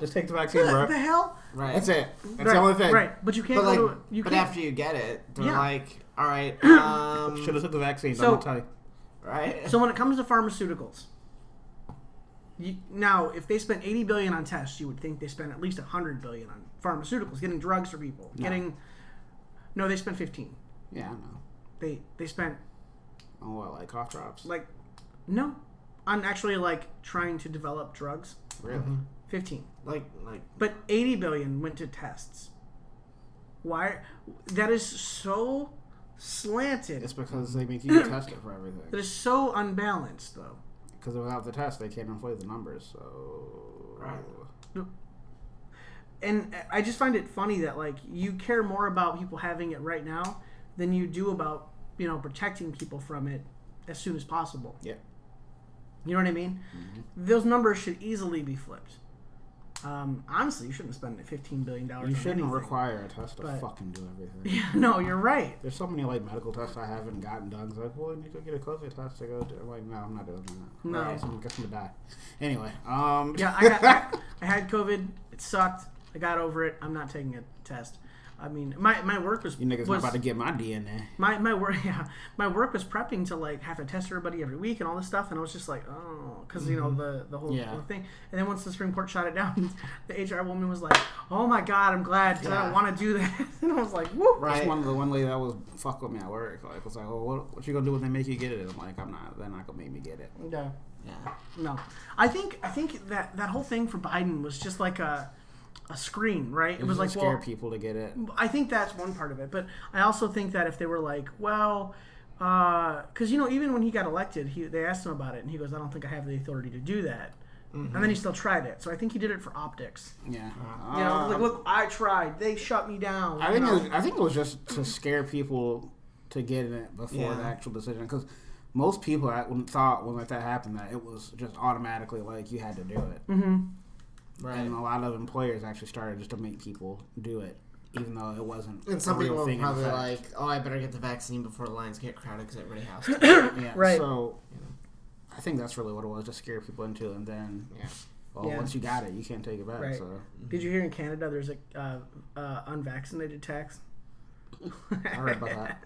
Just take the vaccine,
"What the
bro.
hell?"
right.
That's it. That's
right,
the only thing.
Right, but you can't
But like,
go to you
but
can't.
after you get it, they're
Yeah.
like, all right, um,
Should have took the vaccine.
So-
I'm gonna tell you.
right.
So when it comes to pharmaceuticals, you, now if they spent eighty billion on tests, you would think they spent at least hundred billion on pharmaceuticals, getting drugs for people, getting. No, they spent fifteen.
Yeah, I know.
They they spent
On what, like cough drops?
like, no, on actually like trying to develop drugs.
really?
Fifteen,
like, like,
but eighty billion went to tests. Why? That is so slanted.
It's because they make you test it for
That
everything.
is so unbalanced, though.
Because without the test, they can't inflate the numbers. So
Right.
and I just find it funny that like you care more about people having it right now than you do about you know protecting people from it as soon as possible.
yeah, Mm-hmm.
You know what I mean? Those numbers should easily be flipped. Um, honestly, you shouldn't spend fifteen billion dollars.
You
on
shouldn't
anything.
require a test to
but-
fucking do everything.
No, you're right.
There's so many like medical tests I haven't gotten done. It's like, well, you need to go get a COVID test to go. Do. I'm like, no, I'm not doing that.
No.
I guess I'm, guess I'm gonna die. Anyway, um,
Yeah, I, got, I, I had COVID. It sucked. I got over it. I'm not taking a test. I mean, my, my work was
you niggas
was,
not about to get my DNA.
my my work yeah my work was prepping to like have to test everybody every week and all this stuff and I was just like oh because you know the the whole,
Mm-hmm. Yeah.
whole thing and then once the Supreme Court shut it down the HR woman was like oh my god I'm glad 'cause I
Yeah.
don't want to do that and I was like whoop
Right.
That's one of the one lady that was fuck with me at work. Like, was like, well, what, what you gonna do when they make you get it? I'm like, I'm not. They're not gonna make me get it.
no
Yeah.
no I think I think that that whole thing for Biden was just like a a screen right it,
It
was
was
like
scare
well
people to get it.
I think that's one part of it. But I also think that if they were like, well, because you know, even when he got elected, he they asked him about it, and he goes, "I don't think I have the authority to do that." And
Mm-hmm.
then he still tried it. So I think he did it for optics.
Yeah.
You know,
Uh,
like, look, I tried. They shut me down.
I
you
think it
know?
was, I think it was just to scare people to get in it before the
Yeah.
actual decision because most people I wouldn't- thought when that happened that it was just automatically like you had to do it,
Mm-hmm. Right.
and a lot of employers actually started just to make people do it, even though it wasn't.
And some
a real
people were
thing in
probably
fact.
like, "Oh, I better get the vaccine before the lines get crowded because everybody has to."
yeah,
Right.
So I think that's really what it was, just scare people into it, and then
Yeah.
well,
Yeah.
once you got it, you can't take it back.
Right.
So
Did you hear in Canada there's a uh, uh, unvaccinated tax?
I heard about that.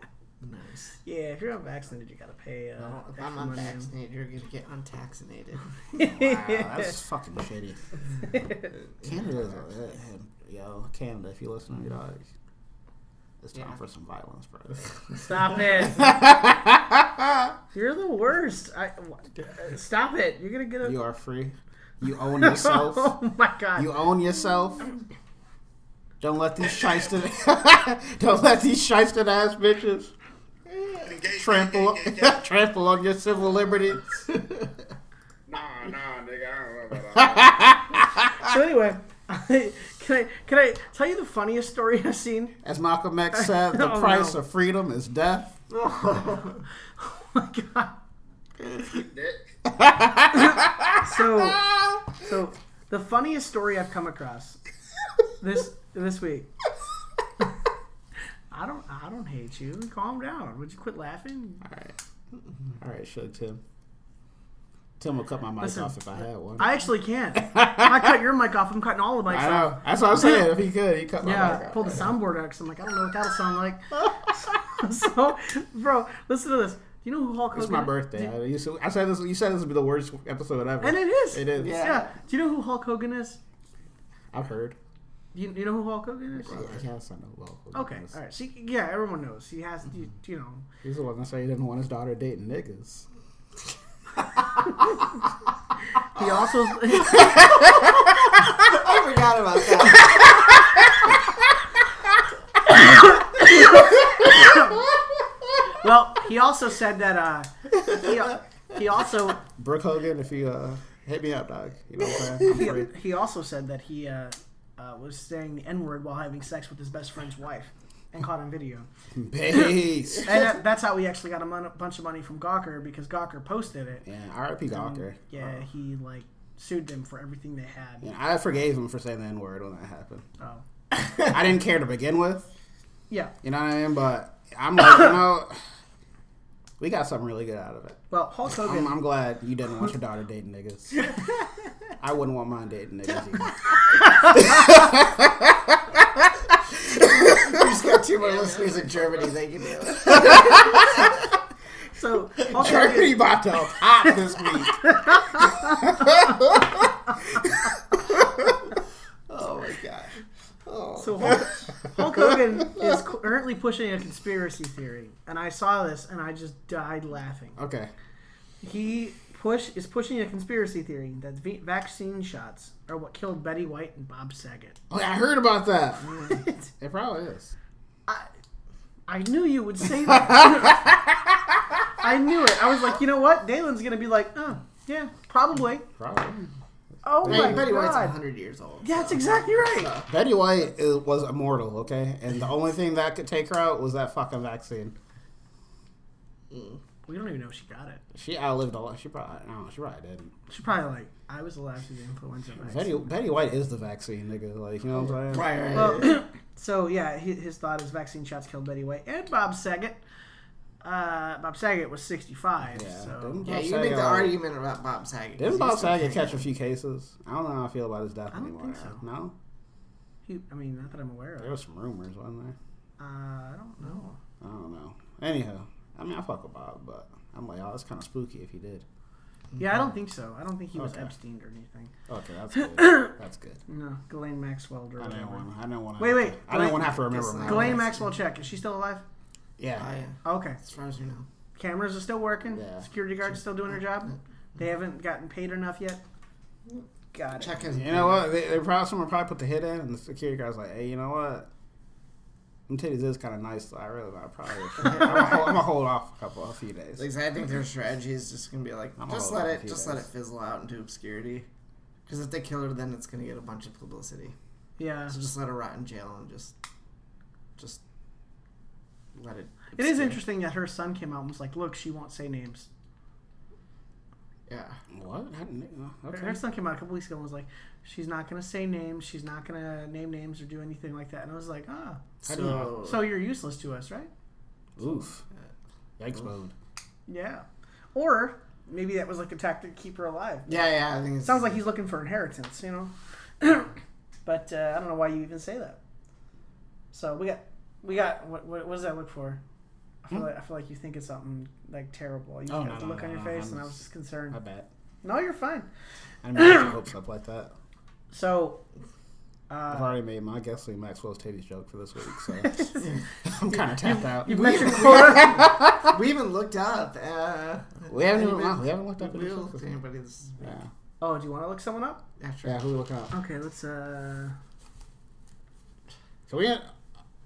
Nice.
Yeah, if you're unvaccinated, you gotta pay. Uh,
Well, if
extra
I'm
money.
unvaccinated, you're gonna get untaxinated.
Wow, that's fucking shitty. Canada is a eh, yo, Canada. If you listen to me, dog, it's time
Yeah.
for some violence, bro.
Stop it! You're the worst. I, wh- stop it! You're gonna get a.
you are free. You own yourself.
Oh my god!
You own yourself. Don't let these shysted. don't let these shysted ass bitches trample trample on your civil liberties.
Nah, nah, nigga, I don't know about that.
so anyway, can I can I tell you the funniest story I've seen?
As Malcolm X said, the
Oh,
price
no.
of freedom is death.
Oh my god!
Dick.
So so the funniest story I've come across this this week. I don't I don't hate you. Calm down. Would you quit laughing?
All right, all right, shut Tim. Tim will cut my mic
Listen,
off if I had one.
I actually can't. If I cut your mic off. I'm cutting all the mics
I
off.
know. That's what I'm saying. If he could, he cut my
Yeah,
mic off.
pulled the soundboard out because I'm like, I don't know what that'll sound like. so, bro, listen to this. Do you know who Hulk Hogan?
It's my birthday. I, you, said- I said this. You said this would be the worst episode ever.
And it is.
It is.
Yeah. Do you know who Hulk Hogan is?
I've heard.
Do you, you know who Hulk Hogan is?
I guess I know. Well,
Okay. All right. See, yeah, everyone knows. He has, you, you know.
He's the one that said he didn't want his daughter dating niggas.
He also.
I forgot about that.
well, he also said that. Uh, he, al- he also
Brooke Hogan, if you uh, hit me up, dog. You know what I'm saying? I'm free.
he also said that he uh, uh, was saying the N word while having sex with his best friend's wife, and caught on video.
Peace.
And that, that's how we actually got a mon- bunch of money from Gawker because Gawker posted it.
Yeah, R.I.P. Gawker.
Yeah, he like sued them for everything they had.
Yeah, I forgave him for saying the N word when that happened.
Oh.
I didn't care to begin with.
Yeah.
You know what I mean? But I'm like, you know, we got something really good out of it.
Well, Hulk Hogan.
I'm, I'm glad you didn't want your daughter dating niggas. I wouldn't want mine dating niggas either.
we just got two more listeners in Germany. Thank you. Neil.
so Hulk Hogan,
Germany about to pop this week.
Oh my gosh. Oh.
so Hulk, Hulk Hogan is currently pushing a conspiracy theory, and I saw this and I just died laughing.
Okay.
He push is pushing a conspiracy theory that v- vaccine shots are what killed Betty White and Bob Saget.
Oh, yeah, I heard about that. It probably is.
I knew you would say that. I knew it. I was like, you know what? Dalen's gonna be like, oh, yeah, probably.
Probably.
Oh
Hey,
my
Betty White's
god.
100 years old.
That's exactly right.
Betty White is, was immortal, okay? And the only thing that could take her out was that fucking vaccine.
We don't even know if she got it.
She outlived a lot. She probably, no, she probably didn't.
She probably like I was alive through the influenza
Betty,
vaccine.
Betty White is the vaccine, nigga. Like, you know what I'm saying?
Right, right.
Well, so yeah, his, his thought is vaccine shots killed Betty White and Bob Saget. Uh, Bob Saget was 65,
Yeah,
so
didn't
yeah,
Bob
you make
Saget
the
already-
argument about Bob Saget. 'cause
Didn't
he's
Bob
still
Saget
thinking.
catch a few cases? I don't know how I feel about his death
don't
anymore.
think so.
No,
he, I mean, not that I'm aware
there
of. Uh,
was some rumors, wasn't there?
I don't know.
I don't know. Anyhow, I mean, I fuck with Bob, but I'm like, oh, that's kind of spooky if he did.
Yeah, I don't think so. I don't think he was
Okay.
Epstein or anything.
Okay, that's good. that's good.
No, Ghislaine Maxwell or
I didn't
whatever.
want. I didn't want.
Wait, wait.
I didn't want to have to remember.
Ghislaine-
my
Ghislaine
last-
Maxwell, check. Is she still alive?
Oh,
Yeah.
yeah.
Okay.
As far as we know.
Cameras are still working.
Yeah.
Security guard's still doing her job. They haven't gotten paid enough yet. Got it.
Check his.
You know what? They, they probably someone probably put the hit in, and the security guard's like, "Hey, you know what? Them titties is kind of nice. So I really, I probably, I'm gonna hold, I'm gonna hold off a couple, a few days."
Like, I think their strategy is just gonna be like,
I'm
just
all
let
about
it,
the
just
fetus.
let it fizzle out into obscurity. Because if they kill her, then it's gonna get a bunch of publicity.
Yeah.
So just let her rot in jail and just, just let it.
It is
obscure.
interesting that her son came out and was like, "Look, she won't say names."
Yeah.
What? I didn't,
Her-
okay.
Her son came out a couple weeks ago and was like, "She's not gonna say names. She's not gonna name names or do anything like that." And I was like, "Ah,
I didn't
So,
so you're useless to us, right?"
Oof. Yikes mode.
Yeah. Or maybe that was like a tactic to keep her alive.
yeah, yeah. I think it's,
Sounds like he's looking for inheritance, you know. but uh, I don't know why you even say that. So we got, we got. What, what, what does that look for? I feel, like, I feel like you think it's something like terrible. You
Oh,
got
no,
the
no,
look
no,
on your
no,
face,
I'm
and I was
just-
just concerned.
I bet.
No, you're fine.
I didn't mean to get your hopes up like that.
So
I've already made my Ghislaine Maxwell's titties joke for this week, so I'm kind of tapped out.
you've met your quota.
we even looked up. Uh,
We haven't even
anybody-
wow, we haven't looked up
we
any
will-
shows.
anybody this
Yeah.
Oh, do you want to look someone up?
after.
yeah, who we looking up?
Okay, let's. uh
Can we?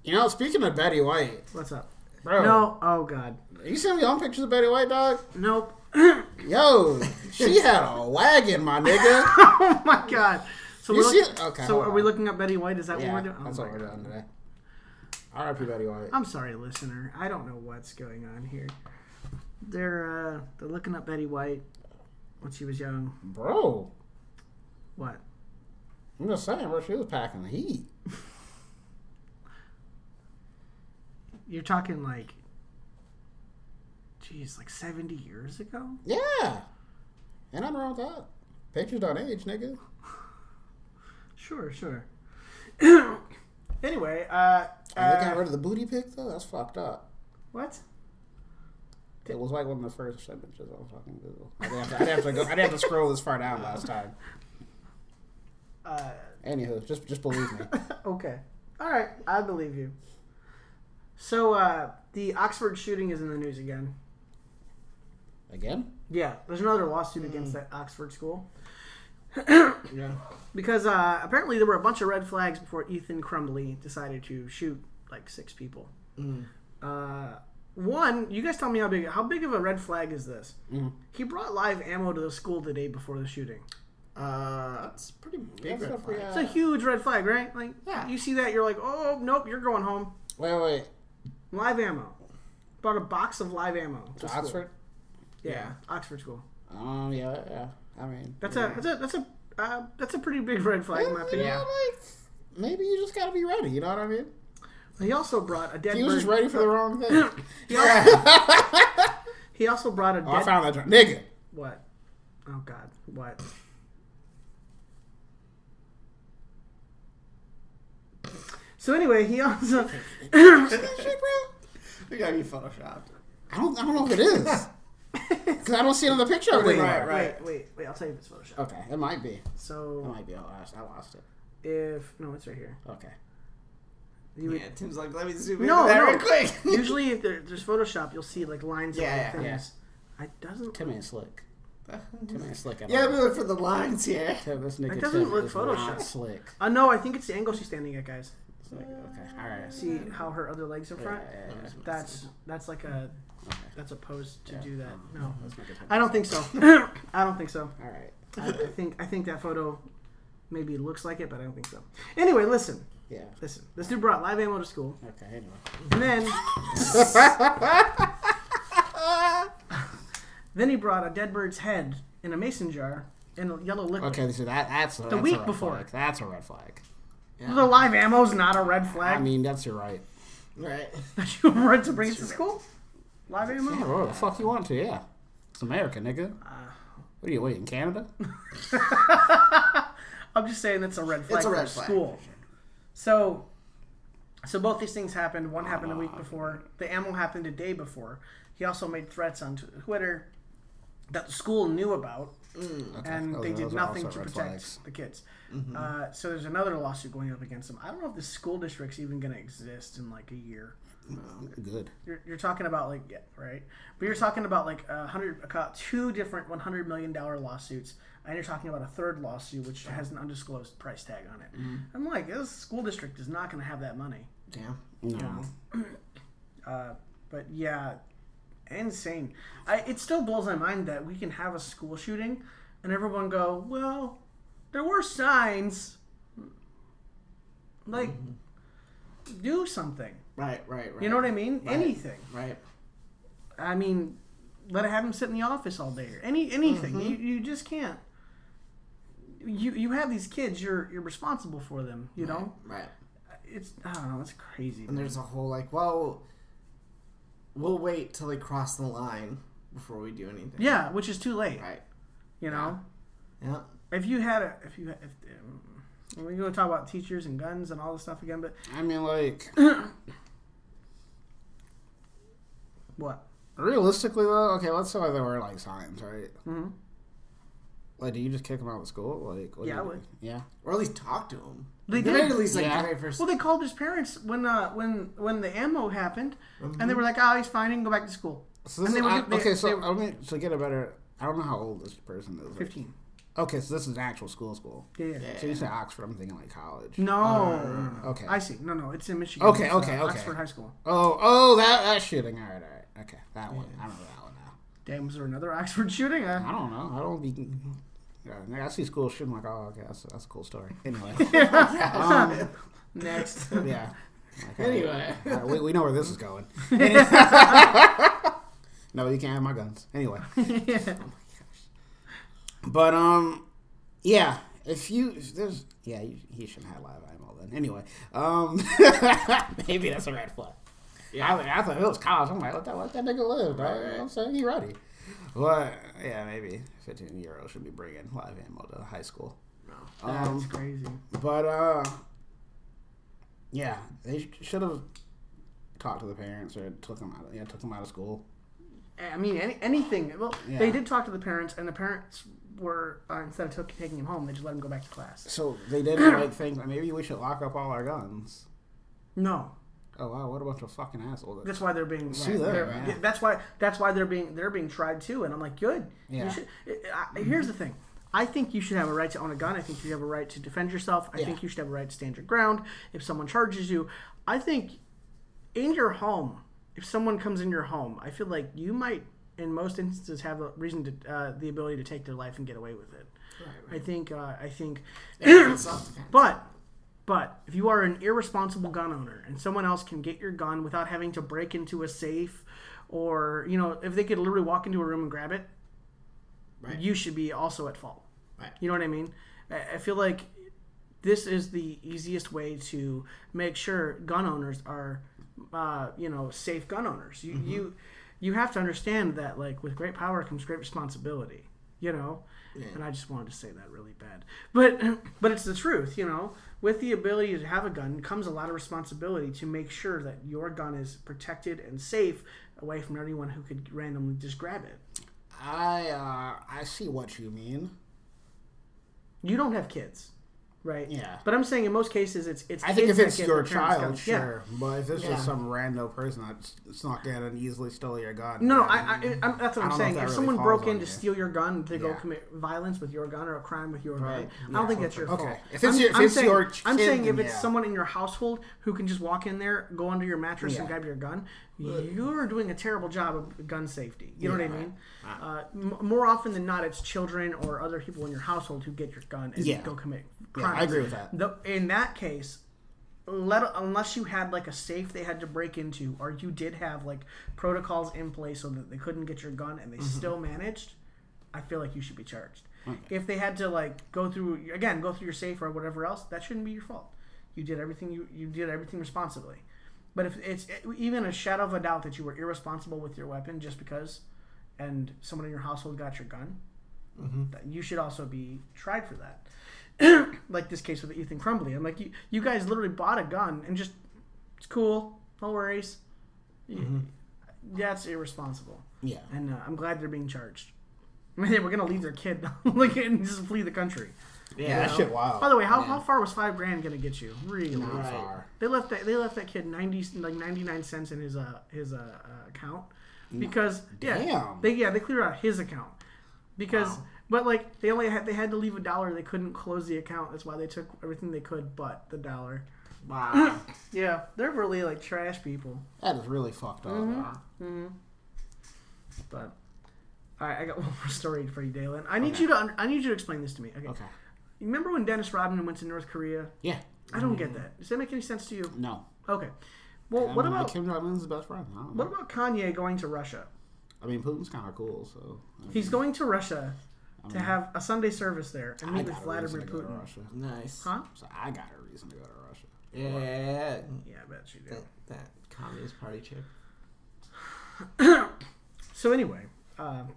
You know, speaking of Betty White,
What's up?
bro.
No. Oh God.
You seen me on pictures of Betty White, dog?
Nope.
Yo, she had a wagon, my nigga.
oh my God. So
You
we're
see
look-
it? Okay,
So
hold
are we
on.
looking up Betty White? Is that
yeah,
what we're doing? Oh,
that's
my
what we're
God.
doing today. R.I.P. Betty White.
I'm sorry, listener. I don't know what's going on here. They're uh, they're looking up Betty White when she was young.
Bro,
What?
I'm just saying, bro. She was packing the heat.
You're talking like, geez, like 70 years ago?
Yeah, and I'm wrong with that. Pictures don't age, nigga.
Sure, sure. anyway, uh,
And they got
uh,
rid of the booty pic though. That's fucked up.
what?
It was like one of the first images on fucking Google. I'd have to, I'd have to go. I'd have to scroll this far down last time.
Uh,
Anywho, just just believe me.
okay. All right, I believe you. So uh, the Oxford shooting is in the news again.
Again?
Yeah, there's another lawsuit against that Oxford school.
Yeah.
Because uh, apparently there were a bunch of red flags before Ethan Crumbly decided to shoot like six people. Uh, one, you guys tell me how big how big of a red flag is this? He brought live ammo to the school the day before the shooting.
Uh, that's pretty big.
That's
red
a pretty, uh,
flag.
It's a huge red flag, right? Like,
Yeah.
you see that, you're like, oh nope, you're going home.
Wait, wait.
Live ammo. Brought a box of live ammo. to
To
school.
Oxford?
Yeah.
Yeah.
Oxford school.
Um, yeah, yeah. I mean,
That's a that's a that's a uh, that's a pretty big red flag in my
you know,
opinion.
like maybe you just gotta be ready. You know what I mean?
He also brought a dead
He was
bird.
just ready for the wrong thing. oh,
He also, he also brought a dead
I found that dr- nigga.
What? Oh God! What? So anyway, he also
We gotta be photoshopped.
I don't, I don't know if it is because I don't see another picture of it.
wait,
anywhere.
wait, wait, wait. I'll tell you if it's Photoshop.
Okay, it might be. It
So
might be. I lost. I lost it.
if no, it's right here.
Okay.
You would,
Yeah, Tim's like, let me zoom in
No,
no, that
no.
real quick.
usually, if there, there's Photoshop, you'll see like lines.
Yeah,
Yeah, and
yeah,
things. I doesn't.
Tim ain't slick. Tim ain't slick at
yeah, let me
all.
look for the lines here.
Tim, this nigga
It doesn't
Tim
look
is not
photoshopped.
slick.
Uh, no, I think it's the angle she's standing at, guys.
It's like, okay, all right.
See how her other legs are front.
Yeah, yeah, yeah.
That's that's like a that's a pose to do that. No,
Let's make it Tim.
I don't think so. I don't think so.
All right.
I, I think I think that photo maybe looks like it, but I don't think so. Anyway, listen,
Yeah.
listen. This dude brought live ammo to school,
Okay. Anyway.
and then Then he brought a dead bird's head in a mason jar in a yellow liquid.
Okay, so that that's the that's
week
a red
before.
Flag. That's a red flag.
The live ammo's not a red
I
flag.
mean, that's your right.
Right.
that you were to bring it to school. Live
Yeah,
ammo.
whatever the fuck you want to, yeah. It's America, nigga.
Uh,
What are you, what are you, in Canada?
I'm just saying that's a red flag
It's a red
for
flag.
school. So, so both these things happened. One happened a week before. The ammo happened a day before. He also made threats on t- Twitter that the school knew about, and
Mm, those-
they did
those are
nothing
also
to
red
protect
flags. Mm-hmm.
the kids. Uh, so there's another lawsuit going up against them. I don't know if the school district's even going to exist in like a year.
Good.
You're, you're talking about like yeah, right, but you're talking about like a hundred, a co- two different one hundred million dollar lawsuits, and you're talking about a third lawsuit which has an undisclosed price tag on it. I'm like, this school district is not going to have that money.
Damn.
No.
But yeah, insane. I, it still blows my mind that we can have a school shooting and everyone go, well, there were signs. Like, do something.
Right, right, right.
You know what I mean? Anything.
Right.
I mean, let it have him sit in the office all day or any anything.
Mm-hmm.
You, you just can't. You you have these kids. You're you're responsible for them. You know,
Right.
it's I don't know. It's crazy.
And there's a whole like, well, we'll wait till they cross the line before we do anything.
yeah, which is too late.
Right.
You know,
Yeah.
if you had a if you had, if um, we go talk about teachers and guns and all this stuff again, but
I mean, like,
what?
realistically, though, okay, let's say there were, like, signs, right? Mm-hmm. Like, do you just kick them out of school? Like, what
Yeah,
do
I
you
would.
Do? Yeah.
Or at least talk to them.
They
At the very
did.
least, like
Yeah.
the very first.
Well, they called his parents when uh when when the ammo happened, and they
Mm-hmm.
were like, "Oh, he's fine. He can go back to school."
So
And
this is,
they were
I-
get- they-
okay, so
they
I mean, to get a better, I don't know how old this person is. like-
Fifteen.
Okay, so this is an actual school school.
Yeah. yeah. Mm.
So you say Oxford, I'm thinking like college.
No.
Okay.
I see. No, no, it's in Michigan.
Okay,
It's, uh,
okay, okay.
Oxford High School.
Oh, oh, that that shooting. All right, all right. Okay, that one. I remember that one now.
Damn, was there another Oxford shooting? Uh,
I
I,
don't know. I don't be. Yeah, nigga, I see school shooting like, oh, okay, that's, that's a cool story. Anyway,
next.
yeah. Like,
Anyway.
all right, we, we know where this is going. no, you can't have my guns. Anyway, Oh but um, yeah. If you if there's yeah, you, he shouldn't have live ammo then. Anyway, um, maybe that's a red flag. Yeah, I, I thought it was college. I'm like, let that let that nigga live, dog. You know what I'm saying he ready. But yeah, maybe 15 year old should be bringing live ammo to high school. No, um,
That's crazy.
but uh, yeah, they should have talked to the parents or took them out. Of, yeah, took them out of school.
Eh, I mean, any, anything. Well,
Yeah.
they did talk to the parents, and the parents were uh, instead of took, taking him home, they just let him go back to class.
So they did the right thing. Like, maybe we should lock up all our guns.
No,
Oh wow, what a bunch of fucking assholes!
that's why they're being.
See
right,
there,
they're-
man.
yeah, That's why. That's why they're being. They're being tried too, and I'm like, good. You
Yeah.
should- I, I- here's the thing. I think you should have a right to own a gun. I think you have a right to defend yourself. I think you should have a right to stand your ground if someone charges you. I think in your home, if someone comes in your home, I feel like you might, in most instances, have a reason to uh, the ability to take their life and get away with it. I think. Uh, I think. but, but if you are an irresponsible gun owner and someone else can get your gun without having to break into a safe, or you know, if they could literally walk into a room and grab it,
Right.
you should be also at fault.
Right.
You know what I mean? I, I feel like this is the easiest way to make sure gun owners are, uh, you know, safe gun owners. You
Mm-hmm.
you you have to understand that like with great power comes great responsibility. You know, and I just wanted to say that really bad, but but it's the truth. You know, with the ability to have a gun comes a lot of responsibility to make sure that your gun is protected and safe away from anyone who could randomly just grab it.
I uh, I see what you mean.
You don't have kids, right?
Yeah.
But I'm saying in most cases it's it's.
I think
kids
if
that
it's
get
your
their parents'
child,
guns. Yeah.
sure. But if it's
Yeah.
just some random person that s- snuck in and easily stole your gun,
No, no,
then-
I, I, I'm, that's what
I
I'm
don't know if
saying.
that
If
really
someone
falls
broke
on
in to
you.
steal your gun to go
Yeah.
commit violence with your gun or a crime with your
Right.
gun, I don't think that's your
Okay.
fault.
If it's
I'm,
your- if
I'm
it's
saying,
your
I'm
kid,
saying if
then
it's
yeah.
someone in your household who can just walk in there, go under your mattress, and
Yeah.
grab your gun, you're doing a terrible job of gun safety. You know
Yeah.
what I mean? Uh, m- more often than not, it's children or other people in your household who get your gun and
Yeah.
go commit
Yeah, I
crimes.
agree with that.
The, in that case, let unless you had like a safe they had to break into, or you did have like protocols in place so that they couldn't get your gun and they
Mm-hmm.
still managed, I feel like you should be charged.
Mm.
If they had to like go through again, go through your safe or whatever else, that shouldn't be your fault. You did everything you you did everything responsibly. But if it's even a shadow of a doubt that you were irresponsible with your weapon just because, and someone in your household got your gun, that you should also be tried for that. like this case with Ethan Crumbly. I'm like, you, you guys literally bought a gun and just, it's cool, no worries. Y- That's irresponsible.
Yeah.
And uh, I'm glad they're being charged. I mean, they were going to leave their kid like, and just flee the country.
Yeah, that shit wild.
By the way, how, how far was five grand going to get you? Really?
Not far.
They left that they left that kid ninety like ninety nine cents in his uh his uh, uh account because yeah
Damn.
they yeah they cleared out his account because but like they only had they had to leave a dollar they couldn't close the account that's why they took everything they could but the dollar
Wow.
yeah they're really like trash people
That is really fucked up.
Mm-hmm. but all right I got one more story for you Dalen I need you to un- I need you to explain this to me okay,
Okay.
remember when Dennis Rodman went to North Korea
Yeah.
I don't
Mm.
get that does that make any sense to you
No.
okay well what
Mm. I mean,
about
Kim Jong Un's best friend? I don't know.
what about Kanye going to Russia
I mean, Putin's kind of cool, so I mean,
He's going to Russia to have a Sunday service there and
I
meet
got
with
a
Vladimir
reason to go to
Putin.
Russia.
nice.
Huh?
So I got a reason to go to Russia.
Yeah.
Yeah, I bet you do.
That, that communist party chick.
So anyway, um,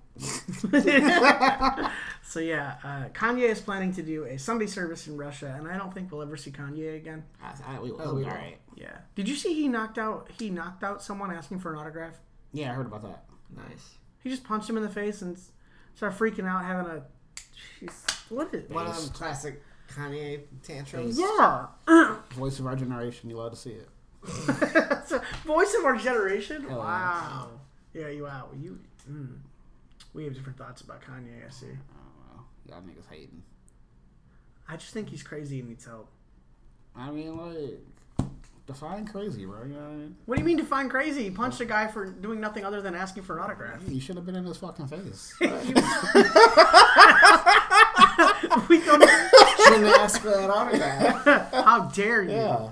so yeah, uh, Kanye is planning to do a Sunday service in Russia, and I don't think we'll ever see Kanye again.
I, I, we,
Oh,
we-
yeah.
all right.
Yeah. Did you see he knocked out he knocked out someone asking for an autograph?
Yeah, I heard about that.
Nice.
He just punched him in the face and s- started freaking out, having a. Jeez, what is?
One of them classic Kanye tantrums.
Yeah.
Voice of our generation. You love to see it.
That's a voice of our generation.
Oh,
yeah.
wow. Yeah, you out. You. Mm. We have different thoughts about Kanye. I see.
I don't know. Oh, Y'all niggas hating.
I just think he's crazy and needs help.
I mean, like, define crazy, bro. You know what I mean?
What do you mean define crazy? He punched a guy for doing nothing other than asking for an autograph.
You should have been in his fucking face.
we don't.
Shouldn't ask for that autograph.
How dare you?
yeah.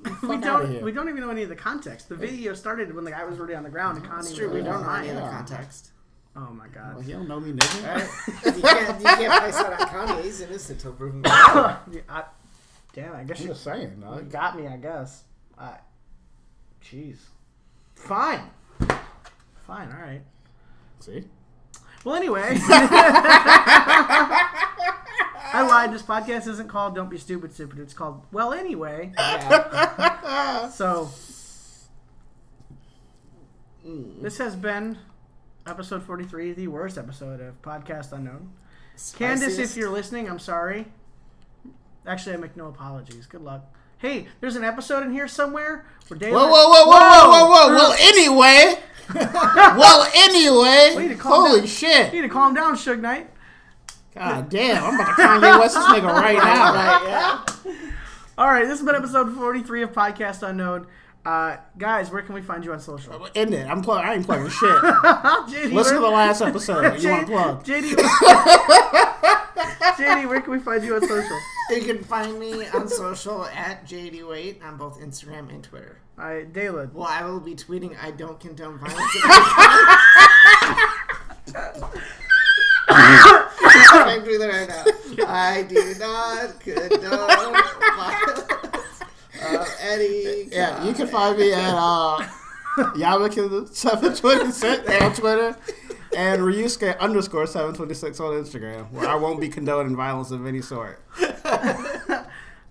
we
Fuck outta
don't.
here.
We don't even know any of the context. The video started when the guy was already on the ground and Kanye.
It's true. We don't know any of the
Yeah.
context.
Oh my god.
Like, you don't know me, nigga.
you can't. You can't place that on Kanye. He's innocent till proven guilty.
Yeah, I, damn. I guess
I'm
you
just saying, dog.
got me. I guess. I. Jeez. Fine. Fine. All right.
See?
Well, anyway. I lied. This podcast isn't called Don't Be Stupid, Stupid. It's called Well, Anyway. so,
Hmm.
this has been episode 43, the worst episode of Podcast Unknown. Candace, if
Spiciest.
you're listening, I'm sorry. Actually, I make no apologies. Good luck. Hey, there's an episode in here somewhere where Dale.
Whoa, whoa, whoa, whoa, whoa, whoa, whoa. Well, anyway. well,
need
anyway.
to calm
Holy
down. You
shit.
need to calm down, Suge Knight.
God damn. I'm about to Kanye West this nigga right now.
Right, yeah.
All right, this has been episode 43 of Podcast Unknown. Uh, guys, where can we find you on social?
End it. I'm plug- I ain't plugging shit.
JD,
Listen to the
where-
last episode. You want to plug?
JD, where- JD, where can we find you on social?
You can find me on social at JDWait on both Instagram and Twitter.
All right, Dalen.
Well, I will be tweeting I don't condone violence. I'm doing that right now. I do not condone violence Uh, of any kind.
Yeah, you can find me at uh, Yamakin726 on Twitter and Ryusuke underscore 726 on Instagram, where I won't be condoning violence of any sort.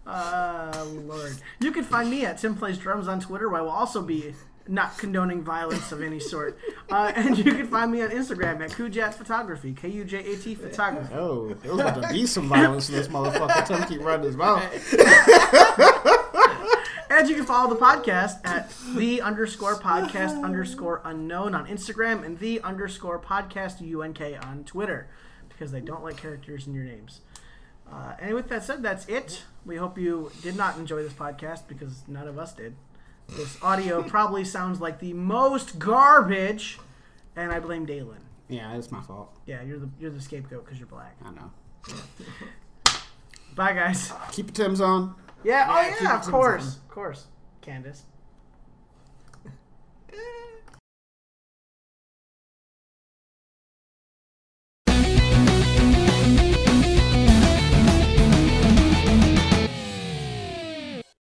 Uh, Lord. You can find me at Tim Plays Drums on Twitter, where I will also be not condoning violence of any sort. Uh, and you can find me on Instagram at Kujat Photography, K U J A T Photography.
Oh, it was about to be some violence in this motherfucker. Tim keep running his mouth.
And you can follow the podcast at the underscore podcast underscore unknown on Instagram and the underscore podcast UNK on Twitter because they don't like characters in your names. Uh, and with that said, that's it. We hope you did not enjoy this podcast because none of us did. This audio probably sounds like the most garbage, and I blame Dalen.
Yeah, it's my fault.
Yeah, you're the you're the scapegoat because you're black.
I know.
Bye, guys.
Keep your Tim's on.
Yeah.
Yeah,
oh
keep
yeah.
it
Of
to
course.
himself.
Of course. Candace.